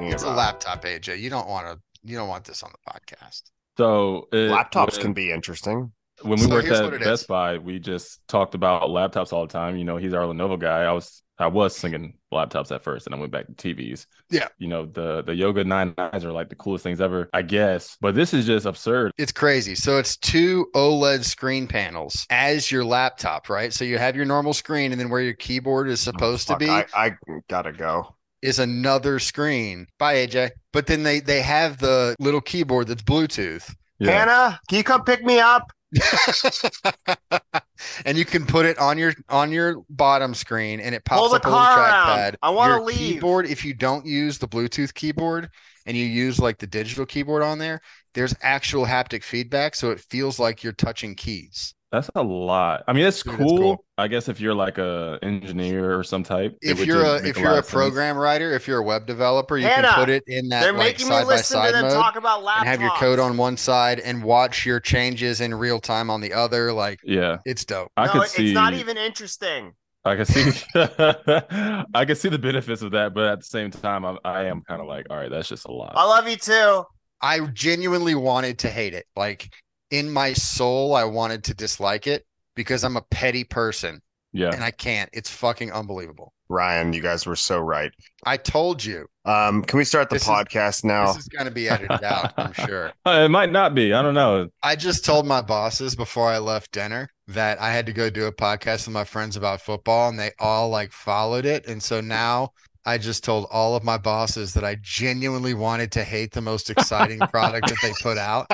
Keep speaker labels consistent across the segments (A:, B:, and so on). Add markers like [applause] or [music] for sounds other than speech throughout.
A: it's a
B: about.
A: laptop, AJ. You don't want to. You don't want this on the podcast.
B: So it-
C: Laptops
B: when-
C: can be interesting.
B: When we
A: So
B: worked
A: here's what
B: at
A: it
B: Best
A: is.
B: Buy, we just talked about laptops all the time. You know, he's our Lenovo guy. I was I was singing laptops at first, and I went back to TVs.
A: Yeah.
B: you know the the Yoga Nine Nines are like the coolest things ever, I guess. But this is just absurd.
A: It's crazy. So it's two OLED screen panels as your laptop, right? So you have your normal screen, and then where your keyboard is supposed
C: Oh, Fuck,
A: to be
C: I, I gotta go.
A: is another screen. Bye, AJ. But then they they have the little keyboard that's Bluetooth.
B: Yeah,
C: Hannah, can you come pick me up?
A: [laughs] and you can put it on your on your bottom screen and it pops
C: Pull the
A: up a little
C: car around.
A: trackpad.
C: I wanna
A: Your
C: leave.
A: keyboard if you don't use the Bluetooth keyboard and you use like the digital keyboard on there, there's actual haptic feedback so it feels like you're touching keys.
B: that's a lot. I mean, it's
A: Dude,
B: cool.
A: it's cool.
B: I guess if you're like a engineer or some type, it
A: If
B: would
A: you're a
B: just make
A: if
B: lot
A: you're a
B: of sense.
A: program writer, if you're a web developer, you
C: Hannah,
A: can put it in that
C: They're
A: like
C: making me
A: side by
C: listen to
A: side
C: them
A: mode
C: talk about laptops.
A: and have your code on one side and watch your changes in real time on the other. Like
B: yeah,
A: it's dope.
B: I
C: no,
B: could
C: it's
B: see.
C: not even interesting.
B: I can see. [laughs] I can see the benefits of that, but at the same time, I'm, I am kind of like, all right, that's just a lot.
C: I love you too.
A: I genuinely wanted to hate it. Like in my soul, I wanted to dislike it because I'm a petty person
B: yeah,
A: and I can't. It's fucking unbelievable.
C: Ryan, you guys were so right.
A: I told you
C: Um, can we start the
A: This is-
C: podcast now?
A: this is going to be edited out, I'm sure.
B: Uh, it might not be. I don't know.
A: I just told my bosses before I left dinner that I had to go do a podcast with my friends about football and they all like followed it. And so now I just told all of my bosses that I genuinely wanted to hate the most exciting product that they put out.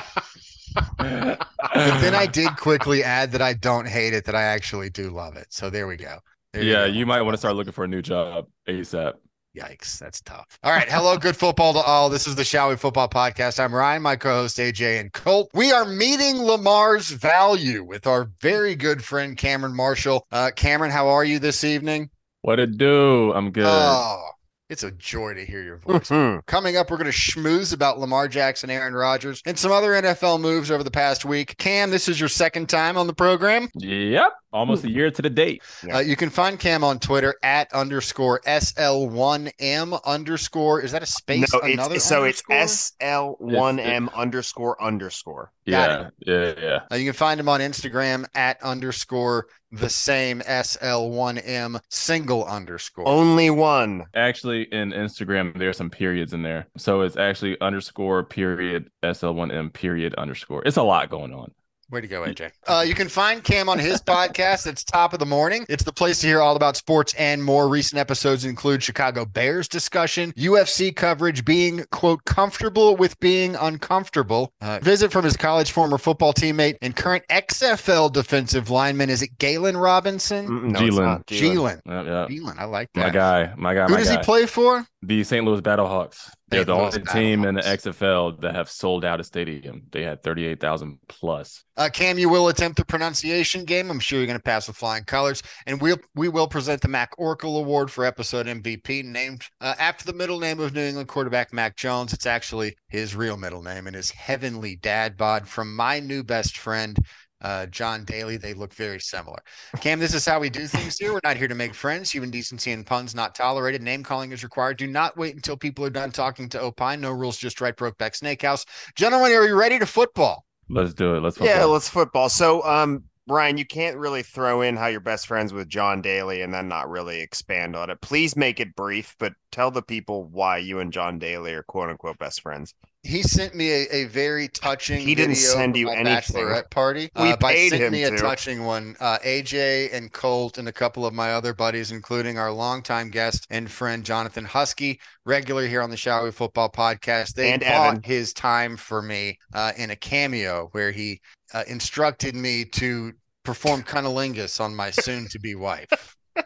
A: But then I did quickly add that I don't hate it, that I actually do love it. So there we go. There
B: [laughs]
A: go.
B: yeah, you might want to start looking for a new job ASAP.
A: Yikes, that's tough. All right. Hello, good football to all. This is the Shall We Football Podcast. I'm Ryan, my co host AJ and Colt. We are meeting Lamar's value with our very good friend Cameron Marshall. Uh, Cameron, how are you this evening?
B: What it do? I'm good.
A: Oh, it's a joy to hear your
C: [laughs]
A: voice.
B: [laughs]
C: Mhm.
A: Coming up, we're going to schmooze about Lamar Jackson, Aaron Rodgers, and some other NFL moves over the past week. Cam, this is your second time on the program.
B: Yep, almost a year to the date.
C: Yeah.
A: Uh, you can find Cam on Twitter at underscore SL1M underscore. Is that a space?
C: No,
A: another
C: it's so it's
A: underscore?
C: SL1M underscore underscore.
A: Got
B: Yeah, yeah, yeah.
A: Uh, you can find him on Instagram at underscore the same SL1M single underscore.
C: Only one.
B: Actually, in Instagram, there are some periods in there, so it's actually underscore period sl1m period underscore. It's a lot going on.
A: Way to go, AJ.
C: Mm,
A: Uh, you can find Cam on his podcast. It's Top of the Morning. It's the place to hear all about sports and more. Recent episodes include Chicago Bears discussion, UFC coverage, being, quote, comfortable with being uncomfortable. Uh, visit from his college former football teammate and current XFL defensive lineman. Is it Galen Robinson?
C: Mm, No, it's
B: Jalen.
C: not. Jalen.
A: Jalen.
B: Yep, yep.
A: Jalen. I like that.
B: My guy, my guy,
A: Who
B: my
A: does
B: guy.
A: he play for?
B: The St. Louis Battlehawks. They're
A: St.
B: the
A: Louis
B: only team in the
A: Battlehawks.
B: XFL that have sold out a stadium. They had thirty-eight thousand plus.
A: Uh, Cam, you will attempt the pronunciation game. I'm sure you're going to pass with flying colors. And we'll, we will present the Mac Oracle Award for episode MVP, named uh, after the middle name of New England quarterback Mac Jones. It's actually his real middle name and his heavenly dad bod from my new best friend, uh, John Daly. They look very similar. Cam, this is how we do things here. We're not here to make friends. Human decency and puns not tolerated. Name calling is required. Do not wait until people are done talking to opine. No rules, just right. Brokeback Snakehouse. Gentlemen, are you ready to football?
B: Let's do it. Let's
C: Yeah,
B: football.
C: let's football. So, um, Brian, you can't really throw in how you're best friends with John Daly and then not really expand on it. Please make it brief, but tell the people why you and John Daly are quote unquote best friends.
A: He sent me a, a very touching.
C: He didn't
A: video
C: send
A: from
C: you
A: my
C: anything.
A: Bachelorette party.
C: We
A: uh, but
C: paid
A: sent
C: him
A: me a
C: to.
A: touching one. Uh, AJ and Colt and a couple of my other buddies, including our longtime guest and friend Jonathan Husky, regular here on the Showy Football Podcast. They
C: And
A: bought
C: Evan.
A: his time for me uh, in a cameo where he uh, instructed me to perform cunnilingus on my soon-to-be wife.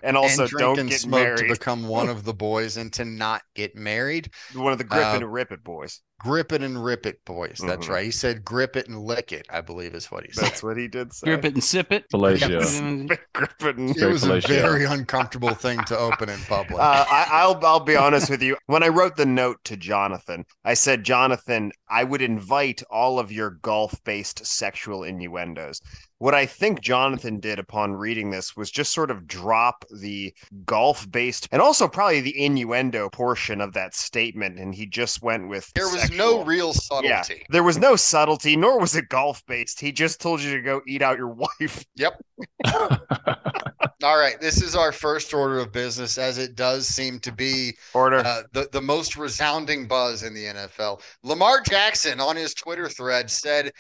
C: And [laughs] also,
A: and drink
C: don't
A: and
C: get
A: smoke to
C: married.
A: become one of the Uh, boys and to not get married. [laughs]
C: One of the Griffin Rippet boys.
A: Grip it and rip it, boys. That's
C: Mhm.
A: right. He said grip it and lick it, I believe is what
C: [laughs]
A: he said.
C: That's what he did say.
D: Grip it and sip it.
B: Fellatio.
A: Yes.
C: Grip it [laughs] and-
A: It was a
B: fellatio.
A: very uncomfortable thing to open in public.
C: Uh, I, I'll I'll be honest with you. When I wrote the note to Jonathan, I said, Jonathan, I would invite all of your golf-based sexual innuendos. What I think Jonathan did upon reading this was just sort of drop the golf-based and also probably the innuendo portion of that statement, and he just went with
A: there was no
C: sexual.
A: real
C: Yeah.
A: subtlety.
C: There was no subtlety, nor was it golf-based. He just told you to go eat out your [laughs] wife.
A: All right, this is our first order of business, as it does seem to be
C: Order.
A: uh, the the most resounding buzz in the NFL. Lamar Jackson on his Twitter thread said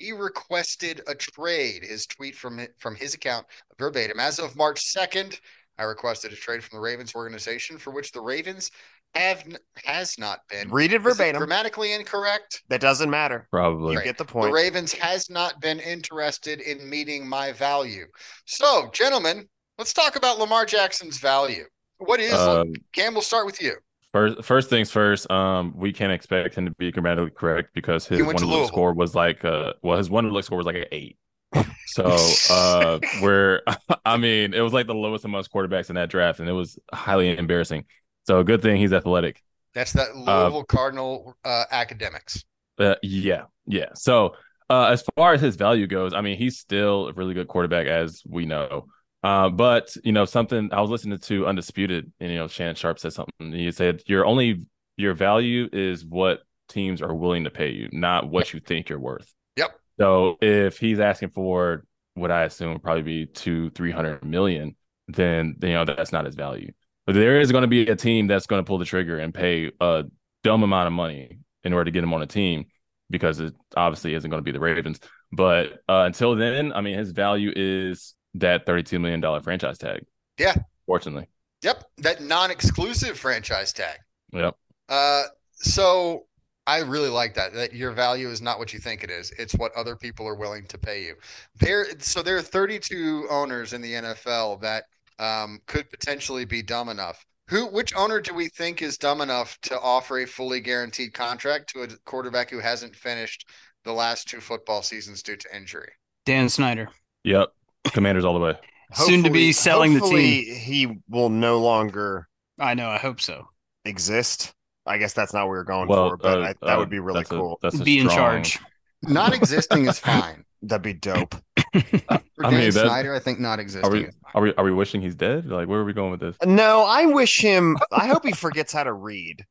A: he requested a trade. His tweet from hi- from his account verbatim as of March second. I requested a trade from the Ravens organization for which the Ravens have n- has not been
C: Read it
A: Is it
C: verbatim.
A: grammatically incorrect.
C: that doesn't matter.
B: Probably.
C: You
A: Right.
C: get the
A: The
C: point.
A: Ravens has not been interested in meeting my value. So, gentlemen, let's talk about Lamar Jackson's value. What is
C: Uh,
B: Um,
A: Cam? We'll start with you.
B: first, first things first. Um, we can't expect him to be grammatically correct because his
A: He went
B: one
A: to
B: look
A: Louisville.
B: score was like uh, well, his one look score was like an eight.
A: [laughs]
B: So uh, we're, [laughs] I mean, it was like the lowest amongst quarterbacks in that draft, and it was highly embarrassing. So good thing he's athletic.
A: That's that Louisville Cardinal uh, academics.
B: Uh, yeah, yeah. So uh, as far as his value goes, I mean, he's still a really good quarterback, as we know. Uh, but you know, something I was listening to Undisputed, and you know, Shannon Sharp said something. He said, "Your only your value is what teams are willing to pay you, not what you think you're worth."
A: Yep.
B: So if he's asking for what I assume would probably be two, three hundred million, then you know that's not his value. But there is going to be a team that's going to pull the trigger and pay a dumb amount of money in order to get him on a team because it obviously isn't going to be the Ravens. But uh, until then, I mean, his value is that $32 million franchise tag.
A: Yeah.
B: Fortunately.
A: Yep, that non-exclusive franchise tag.
B: Yep.
A: Uh, so I really like that. That your value is not what you think it is. It's what other people are willing to pay you. There, so there are 32 owners in the NFL that um, could potentially be dumb enough. Who, which owner do we think is dumb enough to offer a fully guaranteed contract to a quarterback who hasn't finished the last two football seasons due to injury?
D: Dan Snyder.
B: Yep. Commanders all the way.
D: Soon to be
C: Hopefully-
D: selling the
C: hopefully He will no longer
D: I know. I hope so.
C: exist. I guess that's not what we were going
B: Well,
C: for, but
B: uh,
C: I, that
B: uh,
C: would be really
B: that's a-
C: cool.
B: that's a
D: Be in
B: strong-
D: charge.
A: Not existing is fine.
C: That'd be dope.
A: For
B: I
A: Dan
B: mean, that-
A: Snyder, I think not
B: Are
A: existing.
B: we,
A: is fine.
B: are we are we wishing he's dead? Like, where are we going with this? [laughs]
C: No, I wish him. I hope he forgets how to read.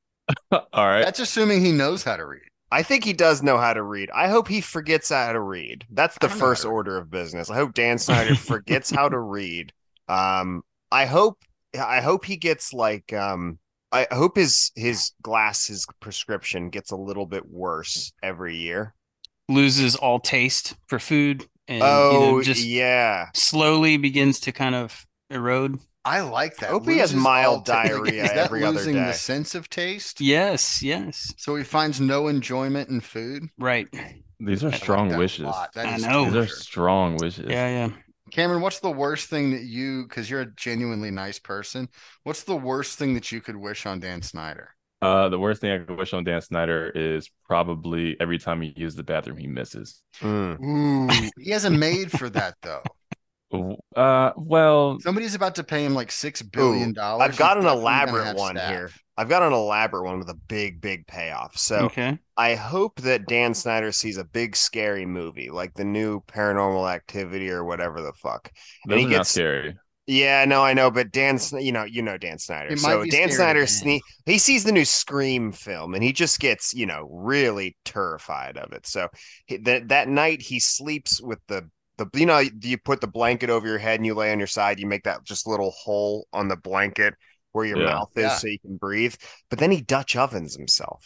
B: all right.
A: That's assuming he knows how to read.
C: I think he does know how to read. I hope he forgets how to read. That's the
A: I don't know how
C: first
A: to read.
C: order of business. I hope Dan Snyder forgets how to read. Um, I hope. I hope he gets like. Um, I hope his his glass his prescription gets a little bit worse every year.
D: Loses all taste for food and
C: oh
D: you know, just
C: yeah.
D: slowly begins to kind of erode.
A: I like that.
C: I hope he has
A: Loses
C: mild
A: all ta- like,
C: diarrhea
A: is that
C: every other
A: losing
C: day.
A: the sense of taste?
D: Yes. Yes.
A: So he finds no enjoyment in food.
D: Right.
B: These are
A: I like
B: strong
A: that a
B: wishes.
A: lot. That
D: I
A: is
D: know.
B: These are
A: torture.
B: strong wishes.
D: Oh, Yeah. Yeah.
A: Cameron, what's the worst thing that you, because you're a genuinely nice person, what's the worst thing that you could wish on Dan Snyder?
B: Uh, the worst thing I could wish on Dan Snyder is probably every time he uses the bathroom, he misses.
C: Mm.
A: Ooh, [laughs] he hasn't made for that though.
B: Uh, well,
A: Somebody's about to pay him like six billion dollars.
C: I've got
A: He's
C: an
A: definitely gonna
C: elaborate
A: have
C: one
A: staff.
C: here. I've got an elaborate one with a big, big payoff. So
D: okay.
C: I hope that Dan Snyder sees a big, scary movie like the new Paranormal Activity or whatever the fuck. And
B: those
C: he
B: are not
C: gets-
B: scary.
C: Yeah, no, I know, but Dan, Sn- you know, you know Dan Snyder.
A: It might
C: So
A: be
C: Dan
A: scary to
C: Snyder,
A: him.
C: sne- he sees the new Scream film, and he just gets, you know, really terrified of it. So he, that that night, he sleeps with the the you know you put the blanket over your head and you lay on your side. You make that just little hole on the blanket where your
B: Yeah.
C: mouth is,
A: Yeah.
C: so you can breathe. But then he Dutch ovens
A: [laughs]
C: himself.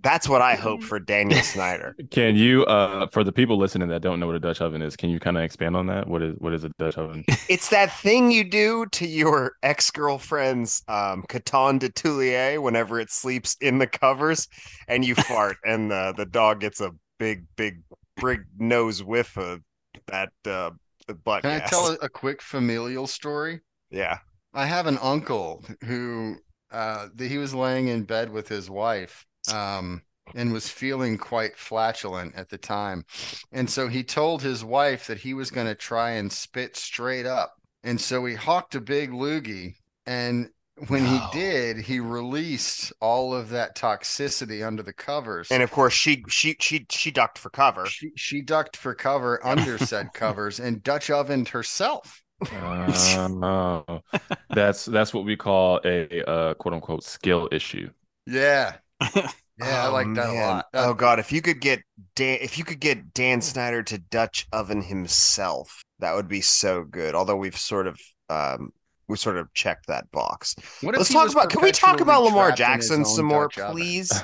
C: That's what I
A: [laughs]
C: hope for Daniel Snyder.
B: Can you, uh, for the people listening that don't know what a Dutch oven is, can you kind of expand on that? What is what is a Dutch oven?
C: It's that thing you do to your ex girlfriend's um, Catan de Tulier whenever it sleeps in the covers and
A: [laughs]
C: you fart, and the, the dog gets a big, big, big nose whiff of that uh, butt.
A: Can I
C: gas.
A: tell a, a quick familial story?
C: Yeah.
A: I have an uncle who uh, that he was laying in bed with his wife um, and was feeling quite flatulent at the time. And so he told his wife that he was going to try and spit straight up. And so he hawked a big loogie. And when
E: No.
A: he did, he released all of that toxicity under the covers.
C: And of course, she she she she ducked for cover.
A: she, she ducked for cover under said covers and Dutch ovened herself.
B: Uh, that's that's what we call a uh, quote unquote skill issue.
A: Yeah. Yeah, I
C: Oh,
A: like that a
C: man.
A: lot. That-
C: Oh god, if you could get Dan, if you could get Dan Snyder to Dutch oven himself, that would be so good. Although we've sort of um we sort of checked that box.
A: What if
C: Let's
A: he
C: talk
A: was
C: about. Can we talk about
A: perpetually
C: Lamar
A: trapped in his
C: Jackson
A: own
C: some more,
A: Dutch oven?
C: please?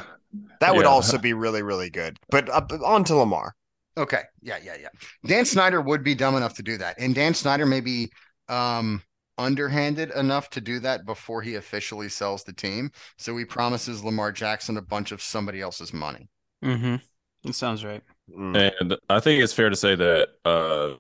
C: That would
B: Yeah.
C: also be really really good. But uh, but on to Lamar.
A: Okay. Yeah, yeah, yeah. Dan Snyder would be dumb enough to do that. And Dan Snyder may be um underhanded enough to do that before he officially sells the team. So he promises Lamar Jackson a bunch of somebody else's money.
D: Mm-hmm. That sounds right.
C: Mm.
D: Mm-hmm.
B: And I think it's fair to say that uh,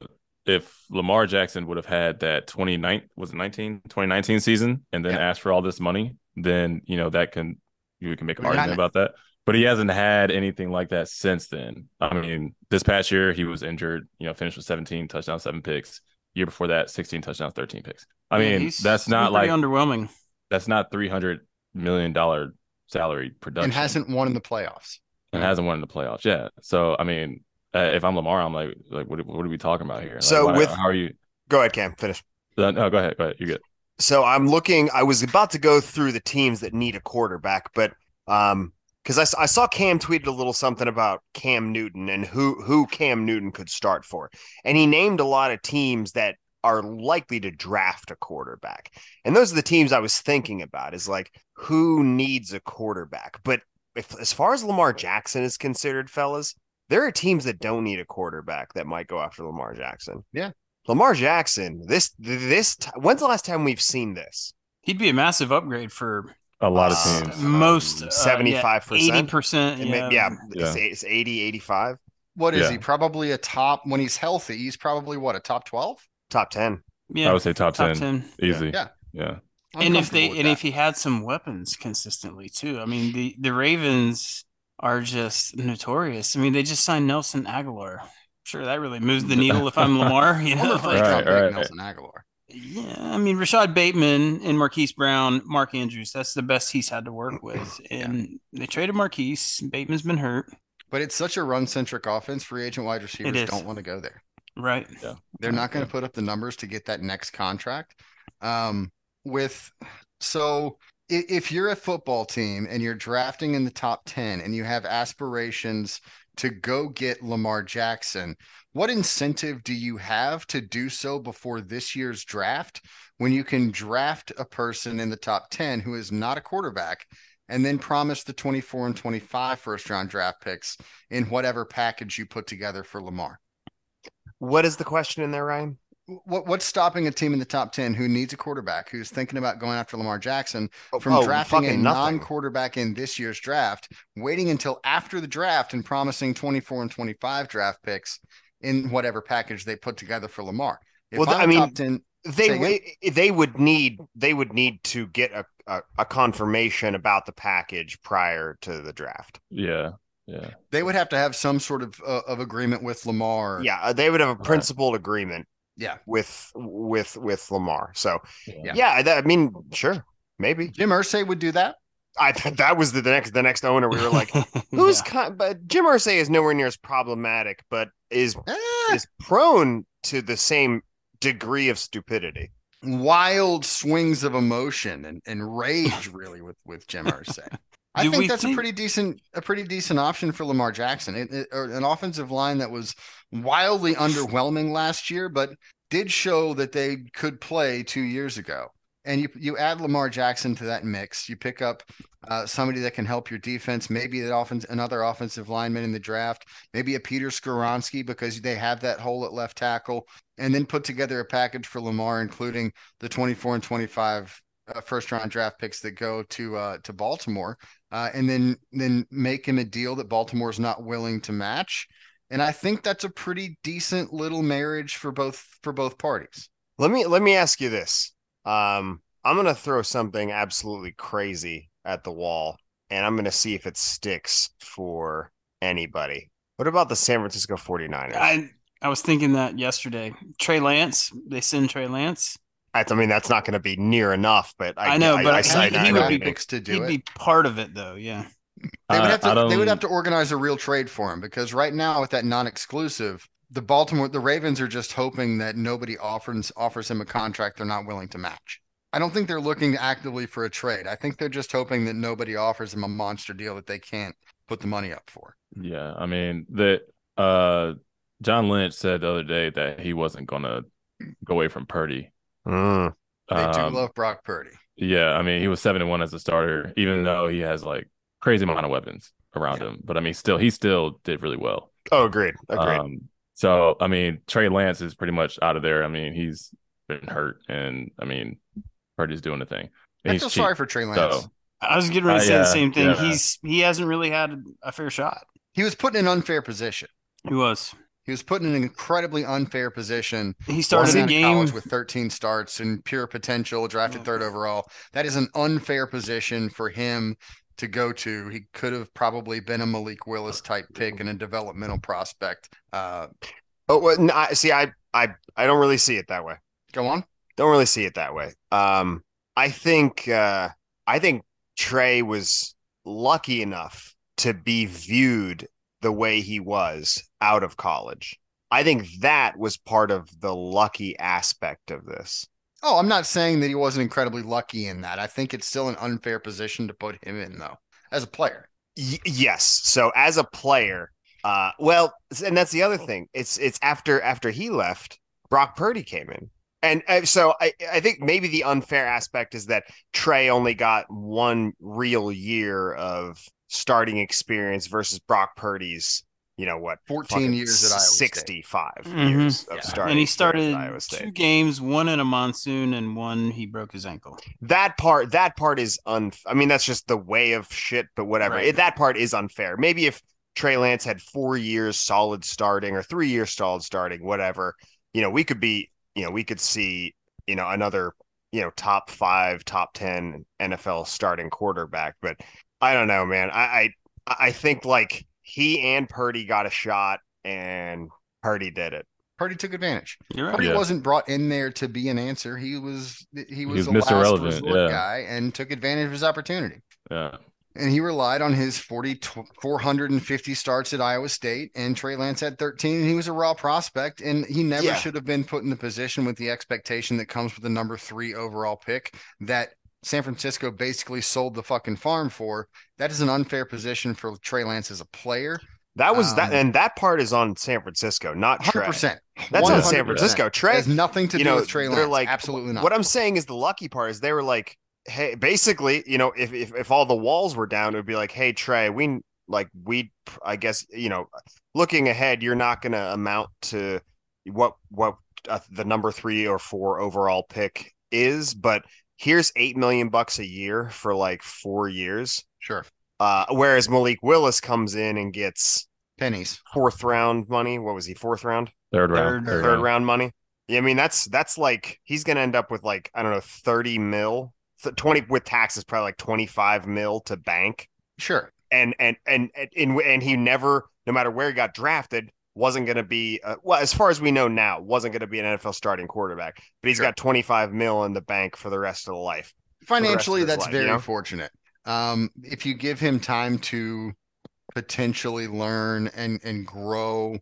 B: if Lamar Jackson would have had that 29 was it 19 2019 season and then
A: Yeah.
B: asked for all this money, then you know that can you can make an
A: We're
B: argument
A: not-
B: about that. But he hasn't had anything like that since then. I mean, this past year he was injured, you know, finished with 17 touchdowns, 7 picks. Year before that, 16 touchdowns, 13 picks. I
D: Yeah,
B: mean,
D: he's-
B: that's not
D: he's pretty
B: like
D: underwhelming.
B: that's not 300 million dollar salary production
A: And hasn't won in the playoffs.
B: and hasn't won in the playoffs. Yeah. So I mean, uh, if I'm Lamar, I'm like, like, what, what are we talking about here? Like,
C: So
B: why-
C: with-
B: how are you?
C: Go ahead, Cam. Finish.
B: Uh, no, go ahead. Go ahead. You're good.
C: So I'm looking. I was about to go through the teams that need a quarterback, but um, because I, s- I saw Cam tweeted a little something about Cam Newton and who who Cam Newton could start for, and he named a lot of teams that are likely to draft a quarterback, and those are the teams I was thinking about. Is like who needs a quarterback, but if as far as Lamar Jackson is considered, fellas, there are teams that don't need a quarterback that might go after Lamar Jackson.
A: Yeah.
C: Lamar Jackson. This this t- when's the last time we've seen this?
D: He'd be a massive upgrade for
B: A lot
C: Uh,
B: of teams.
D: most
C: seventy five
D: eighty
C: percent.
D: percent.
C: Yeah,
D: Yeah,
C: It's, it's 80, 85,
A: What is
B: Yeah.
A: he? Probably a top when he's healthy, he's probably what, a top 12?
C: top ten.
D: yeah.
B: I would say top,
D: top
B: 10,
D: ten.
B: Easy.
A: Yeah.
B: Yeah.
A: I'm
D: and if they
A: comfortable
D: and
A: with
D: if
A: that.
D: he had some weapons consistently too i mean the the ravens are just notorious i mean they just signed nelson aguilar sure that really moves the needle if i'm lamar [laughs] you
A: I'm
D: know
A: the first
D: like,
A: round
B: Right,
A: pick,
B: right.
A: Nelson Aguilar.
D: yeah i mean rashad bateman and marquise brown mark andrews that's the best he's had to
A: Mm-hmm.
D: work with and they traded marquise bateman's been hurt
A: But it's such a run centric offense. Free agent wide
D: is.
A: receivers don't want to go there.
D: right
A: They're
B: Yeah,
A: not going to
B: yeah.
A: put up the numbers to get that next contract. Um, with so if, if you're a football team and you're drafting in the top 10 and you have aspirations to go get Lamar Jackson, what incentive do you have to do so before this year's draft when you can draft a person in the top 10 who is not a quarterback and then promise the 24 and 25 first round draft picks in whatever package you put together for Lamar?
C: What is the question in there, Ryan?
A: what what's stopping a team in the top 10 who needs a quarterback who's thinking about going after Lamar Jackson
C: Oh,
A: from
C: oh,
A: drafting a
C: fucking nothing.
A: non-quarterback in this year's draft waiting until after the draft and promising 24 and 25 draft picks in whatever package they put together for Lamar if
C: Well, th-
A: I'm
C: I
A: a
C: mean,
A: top 10
C: They
A: Say again?
C: wa- they would need they would need to get a, a a confirmation about the package prior to the draft.
B: Yeah. Yeah.
A: they would have to have some sort of uh, of agreement with Lamar
C: Yeah, uh, they would have a
B: Right.
C: principled agreement.
A: Yeah.
C: with with with Lamar. So
B: Yeah.
C: yeah, that, I mean, sure, maybe.
A: Jim Irsay would do that
C: I [laughs] thought that was the, the next the next owner. We were
D: [laughs]
C: like, who's kind? But Jim Irsay is nowhere near as problematic, but is
A: Eh,
C: is prone to the same degree of stupidity.
A: wild swings of emotion and, and rage
D: [laughs]
A: really with with Jim Irsay. I
D: Do we
A: think that's
D: think-
A: a pretty decent a pretty decent option for Lamar Jackson. It, it- or an offensive line that was wildly underwhelming last year, but did show that they could play two years ago. And you you add Lamar Jackson to that mix. You pick up uh, somebody that can help your defense. Maybe that offense another offensive lineman in the draft. Maybe a Peter Skoronsky because they have that hole at left tackle. And then put together a package for Lamar, including the 24 and 25 uh, first round draft picks that go to uh, to Baltimore, uh, and then then make him a deal that Baltimore's not willing to match. And I think that's a pretty decent little marriage for both for both parties.
C: Let me let me ask you this. Um, I'm going to throw something absolutely crazy at the wall and I'm going to see if it sticks for anybody. What about the San Francisco 49ers? I,
D: I I was thinking that yesterday. Trey Lance, they send Trey Lance.
C: I mean, that's not going to be near enough, but I,
D: I know, but I
C: say
D: think
C: that
D: he would
C: I
D: be-
C: think-
A: picks to
D: He'd
A: do it.
D: be part of it though, yeah.
A: They would
B: Uh,
A: have
B: I
A: to. They would
B: don't-
A: have to organize a real trade for him because right now, with that non-exclusive, the Baltimore, the Ravens are just hoping that nobody offers offers him a contract they're not willing to match. I don't think they're looking actively for a trade. I think they're just hoping that nobody offers him a monster deal that they can't put the money up for.
B: Yeah, I mean that uh John Lynch said the other day that he wasn't gonna go away from Purdy.
C: Mm.
A: They
B: Um,
A: do love Brock Purdy.
B: yeah, I mean he was seven and one as a starter, even though he has like crazy amount of weapons around him. But I mean still he still did really well.
C: Oh, agreed. Agreed.
B: Um so I mean Trey Lance is pretty much out of there. I mean he's been hurt and I mean Purdy's doing the thing. And
A: I
B: he's
A: feel
B: cheap,
A: sorry for Trey Lance.
B: so
D: I was getting ready to
B: Uh,
D: say the
B: yeah,
D: same thing.
B: yeah.
D: He's he hasn't really had a fair shot.
A: He was put in an unfair position.
D: He was.
A: He was put in an incredibly unfair position.
D: He started
A: Walking
D: the
A: out of
D: game.
A: college with 13 starts and pure potential, drafted
D: Yeah.
A: third overall. That is an unfair position for him to go to. He could have probably been a Malik Willis type pick and a developmental prospect. Uh,
C: oh, well, no, I, see, I, I, I don't really see it that way.
A: go on.
C: don't really see it that way. Um, I think uh, I think Trey was lucky enough to be viewed the way he was out of college. I think that was part of the lucky aspect of this.
A: Oh, I'm not saying that he wasn't incredibly lucky in that. I think it's still an unfair position to put him in, though, as a player.
C: Y- yes. So as a player, uh, well, and that's the other thing. It's it's after after he left, Brock Purdy came in, and uh, so I I think maybe the unfair aspect is that Trey only got one real year of starting experience versus Brock Purdy's. You know what?
A: 14 years at Iowa State.
C: Sixty-five
D: Mhm.
C: years of
A: Yeah.
C: starting.
D: and he
C: experience at
D: started
C: Iowa State.
D: two games, one in a monsoon and one he broke his ankle.
C: that part that part is un i mean that's just the way of shit but whatever
D: Right.
C: that part is unfair maybe if trey lance had four years solid starting or three years solid starting whatever you know we could be you know we could see you know another you know top five top 10 nfl starting quarterback but i don't know man i i, I think like he and purdy got a shot and purdy did it
A: Purdy took advantage.
D: You're right.
A: Purdy
B: Yeah.
A: wasn't brought in there to be an answer. He was he was
B: was
A: the
B: Mr.
A: last
B: Relevant,
A: resort
B: yeah.
A: guy and took advantage of his opportunity.
B: yeah.
A: and he relied on his 40 tw- 450 starts at Iowa State and Trey Lance had 13 and he was a raw prospect and he never
C: Yeah.
A: should have been put in the position with the expectation that comes with the number 3 overall pick that San Francisco basically sold the fucking farm for that is an unfair position for Trey Lance as a player
C: that was that
A: Um,
C: and that part is on san francisco not trey
A: 100%
C: that's on
B: 100%.
C: san francisco
A: It
C: trey
A: has nothing to
C: you
A: do
C: know,
A: with Trey
C: they're
A: Lance
C: like-
A: absolutely not
C: What I'm saying is the lucky part is they were like, hey, basically, you know, if if, if all the walls were down, it would be like, hey, Trey, we like we, I guess, you know, looking ahead, you're not going to amount to what what uh, the number three or four overall pick is, but here's eight million bucks a year for like four years.
A: sure
C: Uh, whereas Malik Willis comes in and gets
A: pennies
C: fourth round money. What was he? Fourth round
B: Third round.
D: Third-
B: Third,
C: third
B: round.
C: round money. Yeah, I mean that's that's like he's gonna end up with like I don't know thirty mil, th- twenty with taxes probably like twenty five mil to bank,
A: sure
C: and and and and and, and he never, no matter where he got drafted, wasn't gonna be uh, well as far as we know now wasn't gonna be an NFL starting quarterback, but he's
A: Sure.
C: got twenty five mil in the bank for the rest of the life. rest of
A: financially
C: his
A: that's
C: life, you
A: very
C: know?
A: fortunate um if you give him time to potentially learn and and grow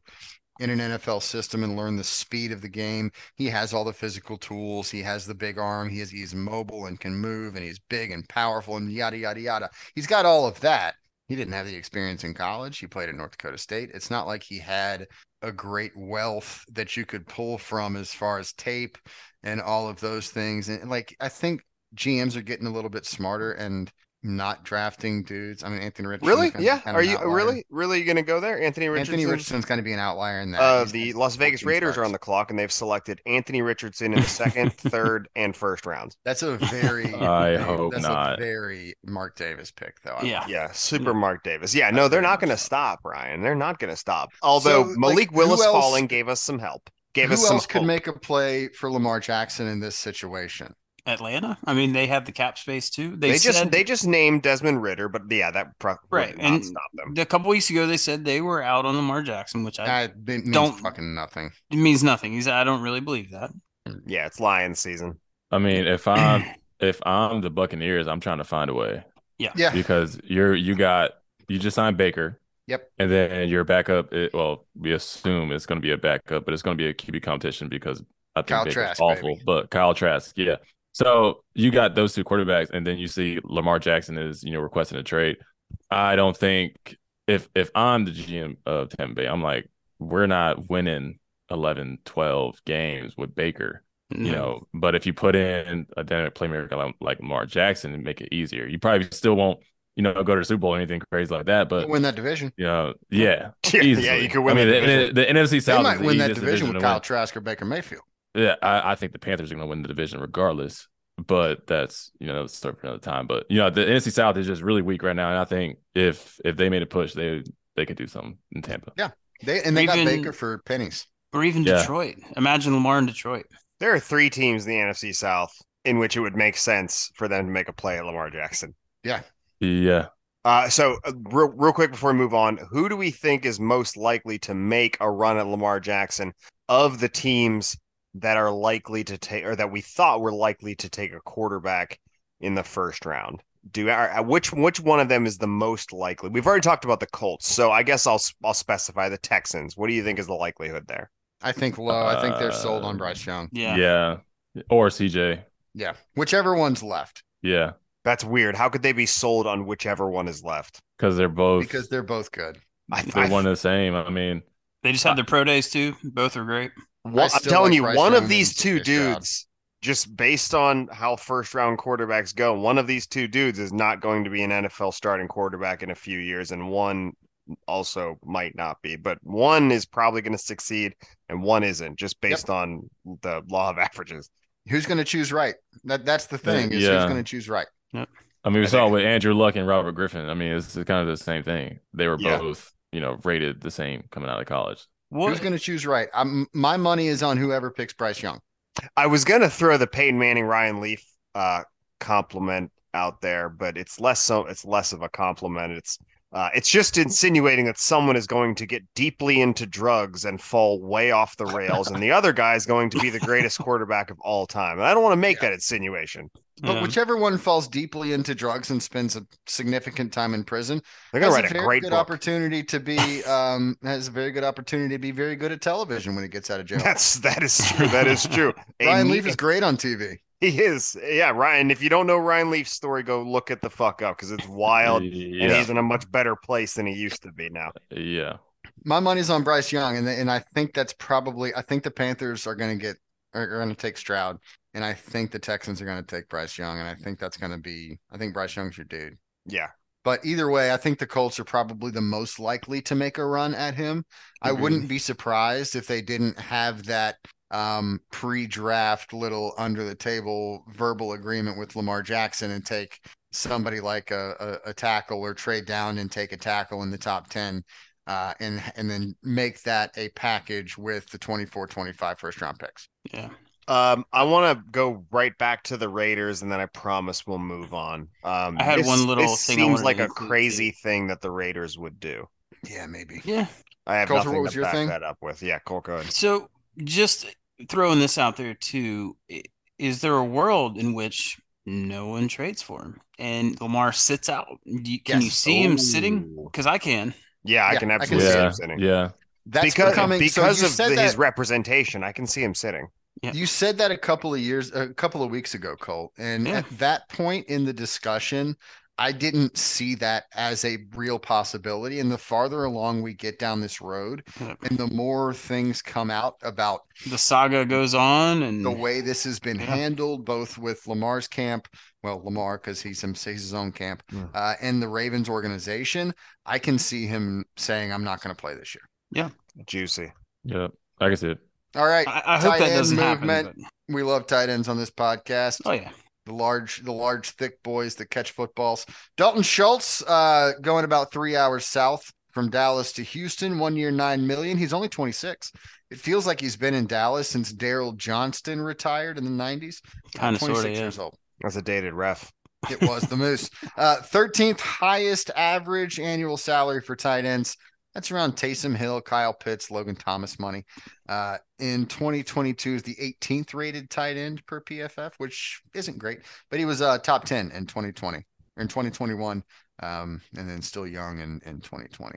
A: in an NFL system and learn the speed of the game. He has all the physical tools. He has the big arm. He is he's mobile and can move and he's big and powerful and yada yada yada. He's got all of that. He didn't have the experience in college. He played at North Dakota State. It's not like he had a great wealth that you could pull from as far as tape and all of those things. And like I think GMs are getting a little bit smarter and not drafting dudes. I mean, Anthony Richardson.
C: Really? Yeah. Are you really really gonna go there, Anthony Richardson?
A: Anthony Richardson's going to be an outlier in that.
C: Uh,
A: He's
C: the
A: got
C: Las Vegas
A: 14
C: Raiders are
A: starts.
C: on the clock, and they've selected Anthony Richardson in the
A: [laughs]
C: second, third, and first rounds.
A: That's a very.
B: [laughs]
A: [laughs]
B: I
A: that's
B: hope
A: a
B: not.
A: very Mark Davis pick, though.
D: Yeah.
A: [laughs]
C: Yeah, super Mark Davis. Yeah, no,
A: That's
C: they're
A: pretty
C: not going to
A: much it.
C: stop, Ryan. They're not going to stop. Although
A: like,
C: Malik
A: who
C: Willis
A: else-
C: falling gave us some help. Gave
A: Who
C: us some
A: else could
C: hope.
A: make a play for Lamar Jackson in this situation?
D: Atlanta. I mean, they have the cap space too. They,
C: They, just
D: said-
C: they just named Desmond Ritter, but yeah, that pro-
D: Right,
C: would not
D: and-
C: stop them.
D: a couple weeks ago they said they were out on Lamar Jackson, which I
A: That it means
D: Don't-
A: fucking nothing.
D: it means nothing. He's I don't really believe that.
C: Yeah, it's Lions season. [laughs]
B: I mean, if I'm if I'm the Buccaneers, I'm trying to find a way
A: Yeah,
B: because you're you got you just signed Baker.
A: Yep.
B: And then your backup, it, well, we assume it's going to be a backup, but it's going to be a QB competition because I think
A: Kyle
B: Baker's
A: Trask,
B: awful.
A: baby.
B: But Kyle Trask, yeah. So you got those two quarterbacks, and then you see Lamar Jackson is you know requesting a trade. I don't think if if I'm the GM of Tampa Bay, I'm like we're not winning 11, 12 games with Baker
D: Mm-hmm.
B: you know. But if you put in a dynamic playmaker like, like Lamar Jackson and make it easier, you probably still won't, you know, go to the Super Bowl or anything crazy like that. But
A: win that division. [laughs]
B: you know, yeah,
C: Yeah,
B: easily.
C: yeah, you could win
B: I mean,
C: the
B: the,
C: division.
B: the NFC
A: They
B: South
A: might
B: is the
A: win that
B: easiest
A: division with
B: to
A: Kyle
B: win.
A: Trask or Baker Mayfield.
B: Yeah, I, I think the Panthers are going to win the division regardless. But that's you know, that's a story for another time. But you know, the NFC South is just really weak right now, and I think if if they made a push, they they could do something in Tampa.
A: They and they got
D: Even-
A: Baker for pennies.
D: or even
B: Yeah.
D: Detroit. Imagine Lamar in Detroit.
C: There are three teams in the NFC South in which it would make sense for them to make a play at Lamar Jackson.
B: Yeah,
C: Uh, so uh, real, real quick before we move on, who do we think is most likely to make a run at Lamar Jackson of the teams that are likely to take or that we thought were likely to take a quarterback in the first round? Do are- uh, which which one of them is the most likely? We've already talked about the Colts, so I guess I'll s- I'll specify the Texans. What do you think is the likelihood there?
A: I think low. I think they're sold on
B: Uh,
A: Bryce Young.
D: Yeah.
B: yeah, or CJ.
A: Yeah, whichever one's left
B: Yeah,
C: That's weird. How could they be sold on whichever one is left?
B: because they're both
A: because they're both good.
C: I,
B: they're one of the same. I mean,
D: They just had their pro days too. Both are great.
C: Well, I'm
A: still
C: telling
A: like
C: you,
A: Bryce
C: one
A: Young
C: of
A: and
C: these two
A: CJ Stroud.
C: dudes, just based on how first round quarterbacks go, one of these two dudes is not going to be an NFL starting quarterback in a few years, and one also might not be. But one is probably going to succeed, and one isn't, just based on the law of [laughs] averages.
A: Who's going to choose right? That that's the thing. Is
B: yeah.
A: who's going to choose right?
B: I mean, we
C: I
B: saw
C: think-
B: with Andrew Luck and Robert Griffin. I mean, it's kind of the same thing. They were
C: Yeah.
B: both, you know, rated the same coming out of college.
A: Who's
D: What
A: going to choose right? I'm, my money is on whoever picks Bryce Young.
C: I was going to throw the Peyton Manning Ryan Leaf uh, compliment out there, but it's less so. It's less of a compliment. It's uh, it's just insinuating that someone is going to get deeply into drugs and fall way off the rails, and the
A: [laughs]
C: other guy is going to be the greatest quarterback of all time. And I don't want to make that insinuation.
A: But
D: Yeah.
A: whichever one falls deeply into drugs and spends a significant time in prison
C: They're going to write
A: has a
C: a
A: very
C: great
A: good
C: book.
A: opportunity to be um, has a very good opportunity to be very good at television when he gets out
C: [laughs]
A: of jail.
C: [laughs] That's that is true. That is true. A
A: [laughs] Ryan
C: me-
A: Leaf is great on TV.
C: he is yeah. Ryan, if you don't know Ryan Leaf's story, go look it the fuck up because it's wild, and
B: [laughs] yeah,
C: he's in a much better place than he used to be now.
B: yeah.
A: My money's on Bryce Young, and and I think that's probably I think the Panthers are going to get are going to take Stroud, and I think the Texans are going to take Bryce Young, and I think that's going to be I think Bryce Young's your dude.
C: Yeah.
A: But either way, I think the Colts are probably the most likely to make a run at him. I
C: Mm-hmm.
D: Agreed.
A: wouldn't be surprised if they didn't have that um, pre-draft little under the table verbal agreement with Lamar Jackson and take somebody like a, a, a tackle or trade down and take a tackle in the top 10 uh, and and then make that a package with the 24 25 first round picks.
D: yeah.
C: Um, I want to go right back to the Raiders, and then I promise we'll move on. Um,
D: I had
C: this-
D: one little
C: this
D: thing I
C: seems
D: wanted
C: like
D: to
C: a
D: include, too.
C: crazy thing that the Raiders would do.
A: Yeah, maybe.
D: Yeah.
C: I have
A: Coulter,
C: nothing
A: what was
C: to
A: your
C: back
A: thing?
C: that up with. Yeah, cool code.
D: So just throwing this out there too, i- is there a world in which no one trades for him and Lamar sits out? Do you, can you
A: Yes. Oh.
D: see him sitting? Because I can.
C: Yeah, I
A: Yeah,
C: can
A: I can
C: absolutely see
B: Yeah,
C: him sitting.
B: yeah,
A: That's
C: because
A: becoming so
C: because
A: you
C: of
A: said
C: the,
A: that-
C: his representation, I can see him sitting.
D: Yeah.
A: You said that a couple of years, a couple of weeks ago, Colt. And
D: Yeah.
A: at that point in the discussion, I didn't see that as a real possibility. And the farther along we get down this road,
D: Yeah.
A: and the more things come out about
D: The saga goes on and
A: the way this has been
D: Mm. Yeah.
A: handled, both with Lamar's camp, well, Lamar, because he's, him, he's his own camp,
C: Yeah.
A: uh, and the Ravens organization, I can see him saying, I'm not going to play this year.
C: Juicy.
B: yeah. I can see it.
A: All right.
D: I, I hope
A: tight
D: that
A: end
D: doesn't happen.
A: movement. We love tight ends on this podcast.
D: But, oh yeah.
A: the large the large thick boys that catch footballs. Dalton Schultz uh going about 3 hours south from Dallas to Houston, one year, nine million. He's only 26. It feels like he's been in Dallas since Daryl Johnston retired in the 90s.
D: Kind of
A: 26
D: sort of. Yeah.
A: years old.
C: That's a dated ref.
A: It was the Moose. [laughs] Uh, 13th highest average annual salary for tight ends. That's around Taysom Hill, Kyle Pitts, Logan Thomas money. Uh, in 2022 is the 18th rated tight end per PFF, which isn't great, but he was uh, top 10 in 2020 or in 2021, um, and then still young in, in 2020.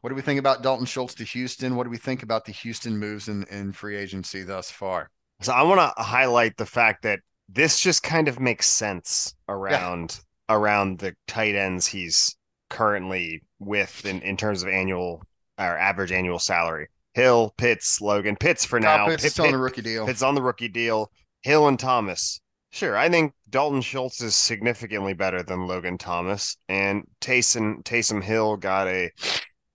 A: What do we think about Dalton Schultz to Houston? What do we think about the Houston moves in, in free agency thus far?
C: So I want to highlight the fact that this just kind of makes sense around around the tight ends he's currently with in, in terms of annual or average annual salary. Hill, Pitts, Logan, Pitts for now.
A: Kyle Pitts
C: Pitt-
A: still on
C: Pitt-
A: a rookie deal.
C: It's on the rookie deal. Hill and Thomas. Sure, I think Dalton Schultz is significantly better than Logan Thomas, and Taysom Taysom Hill got a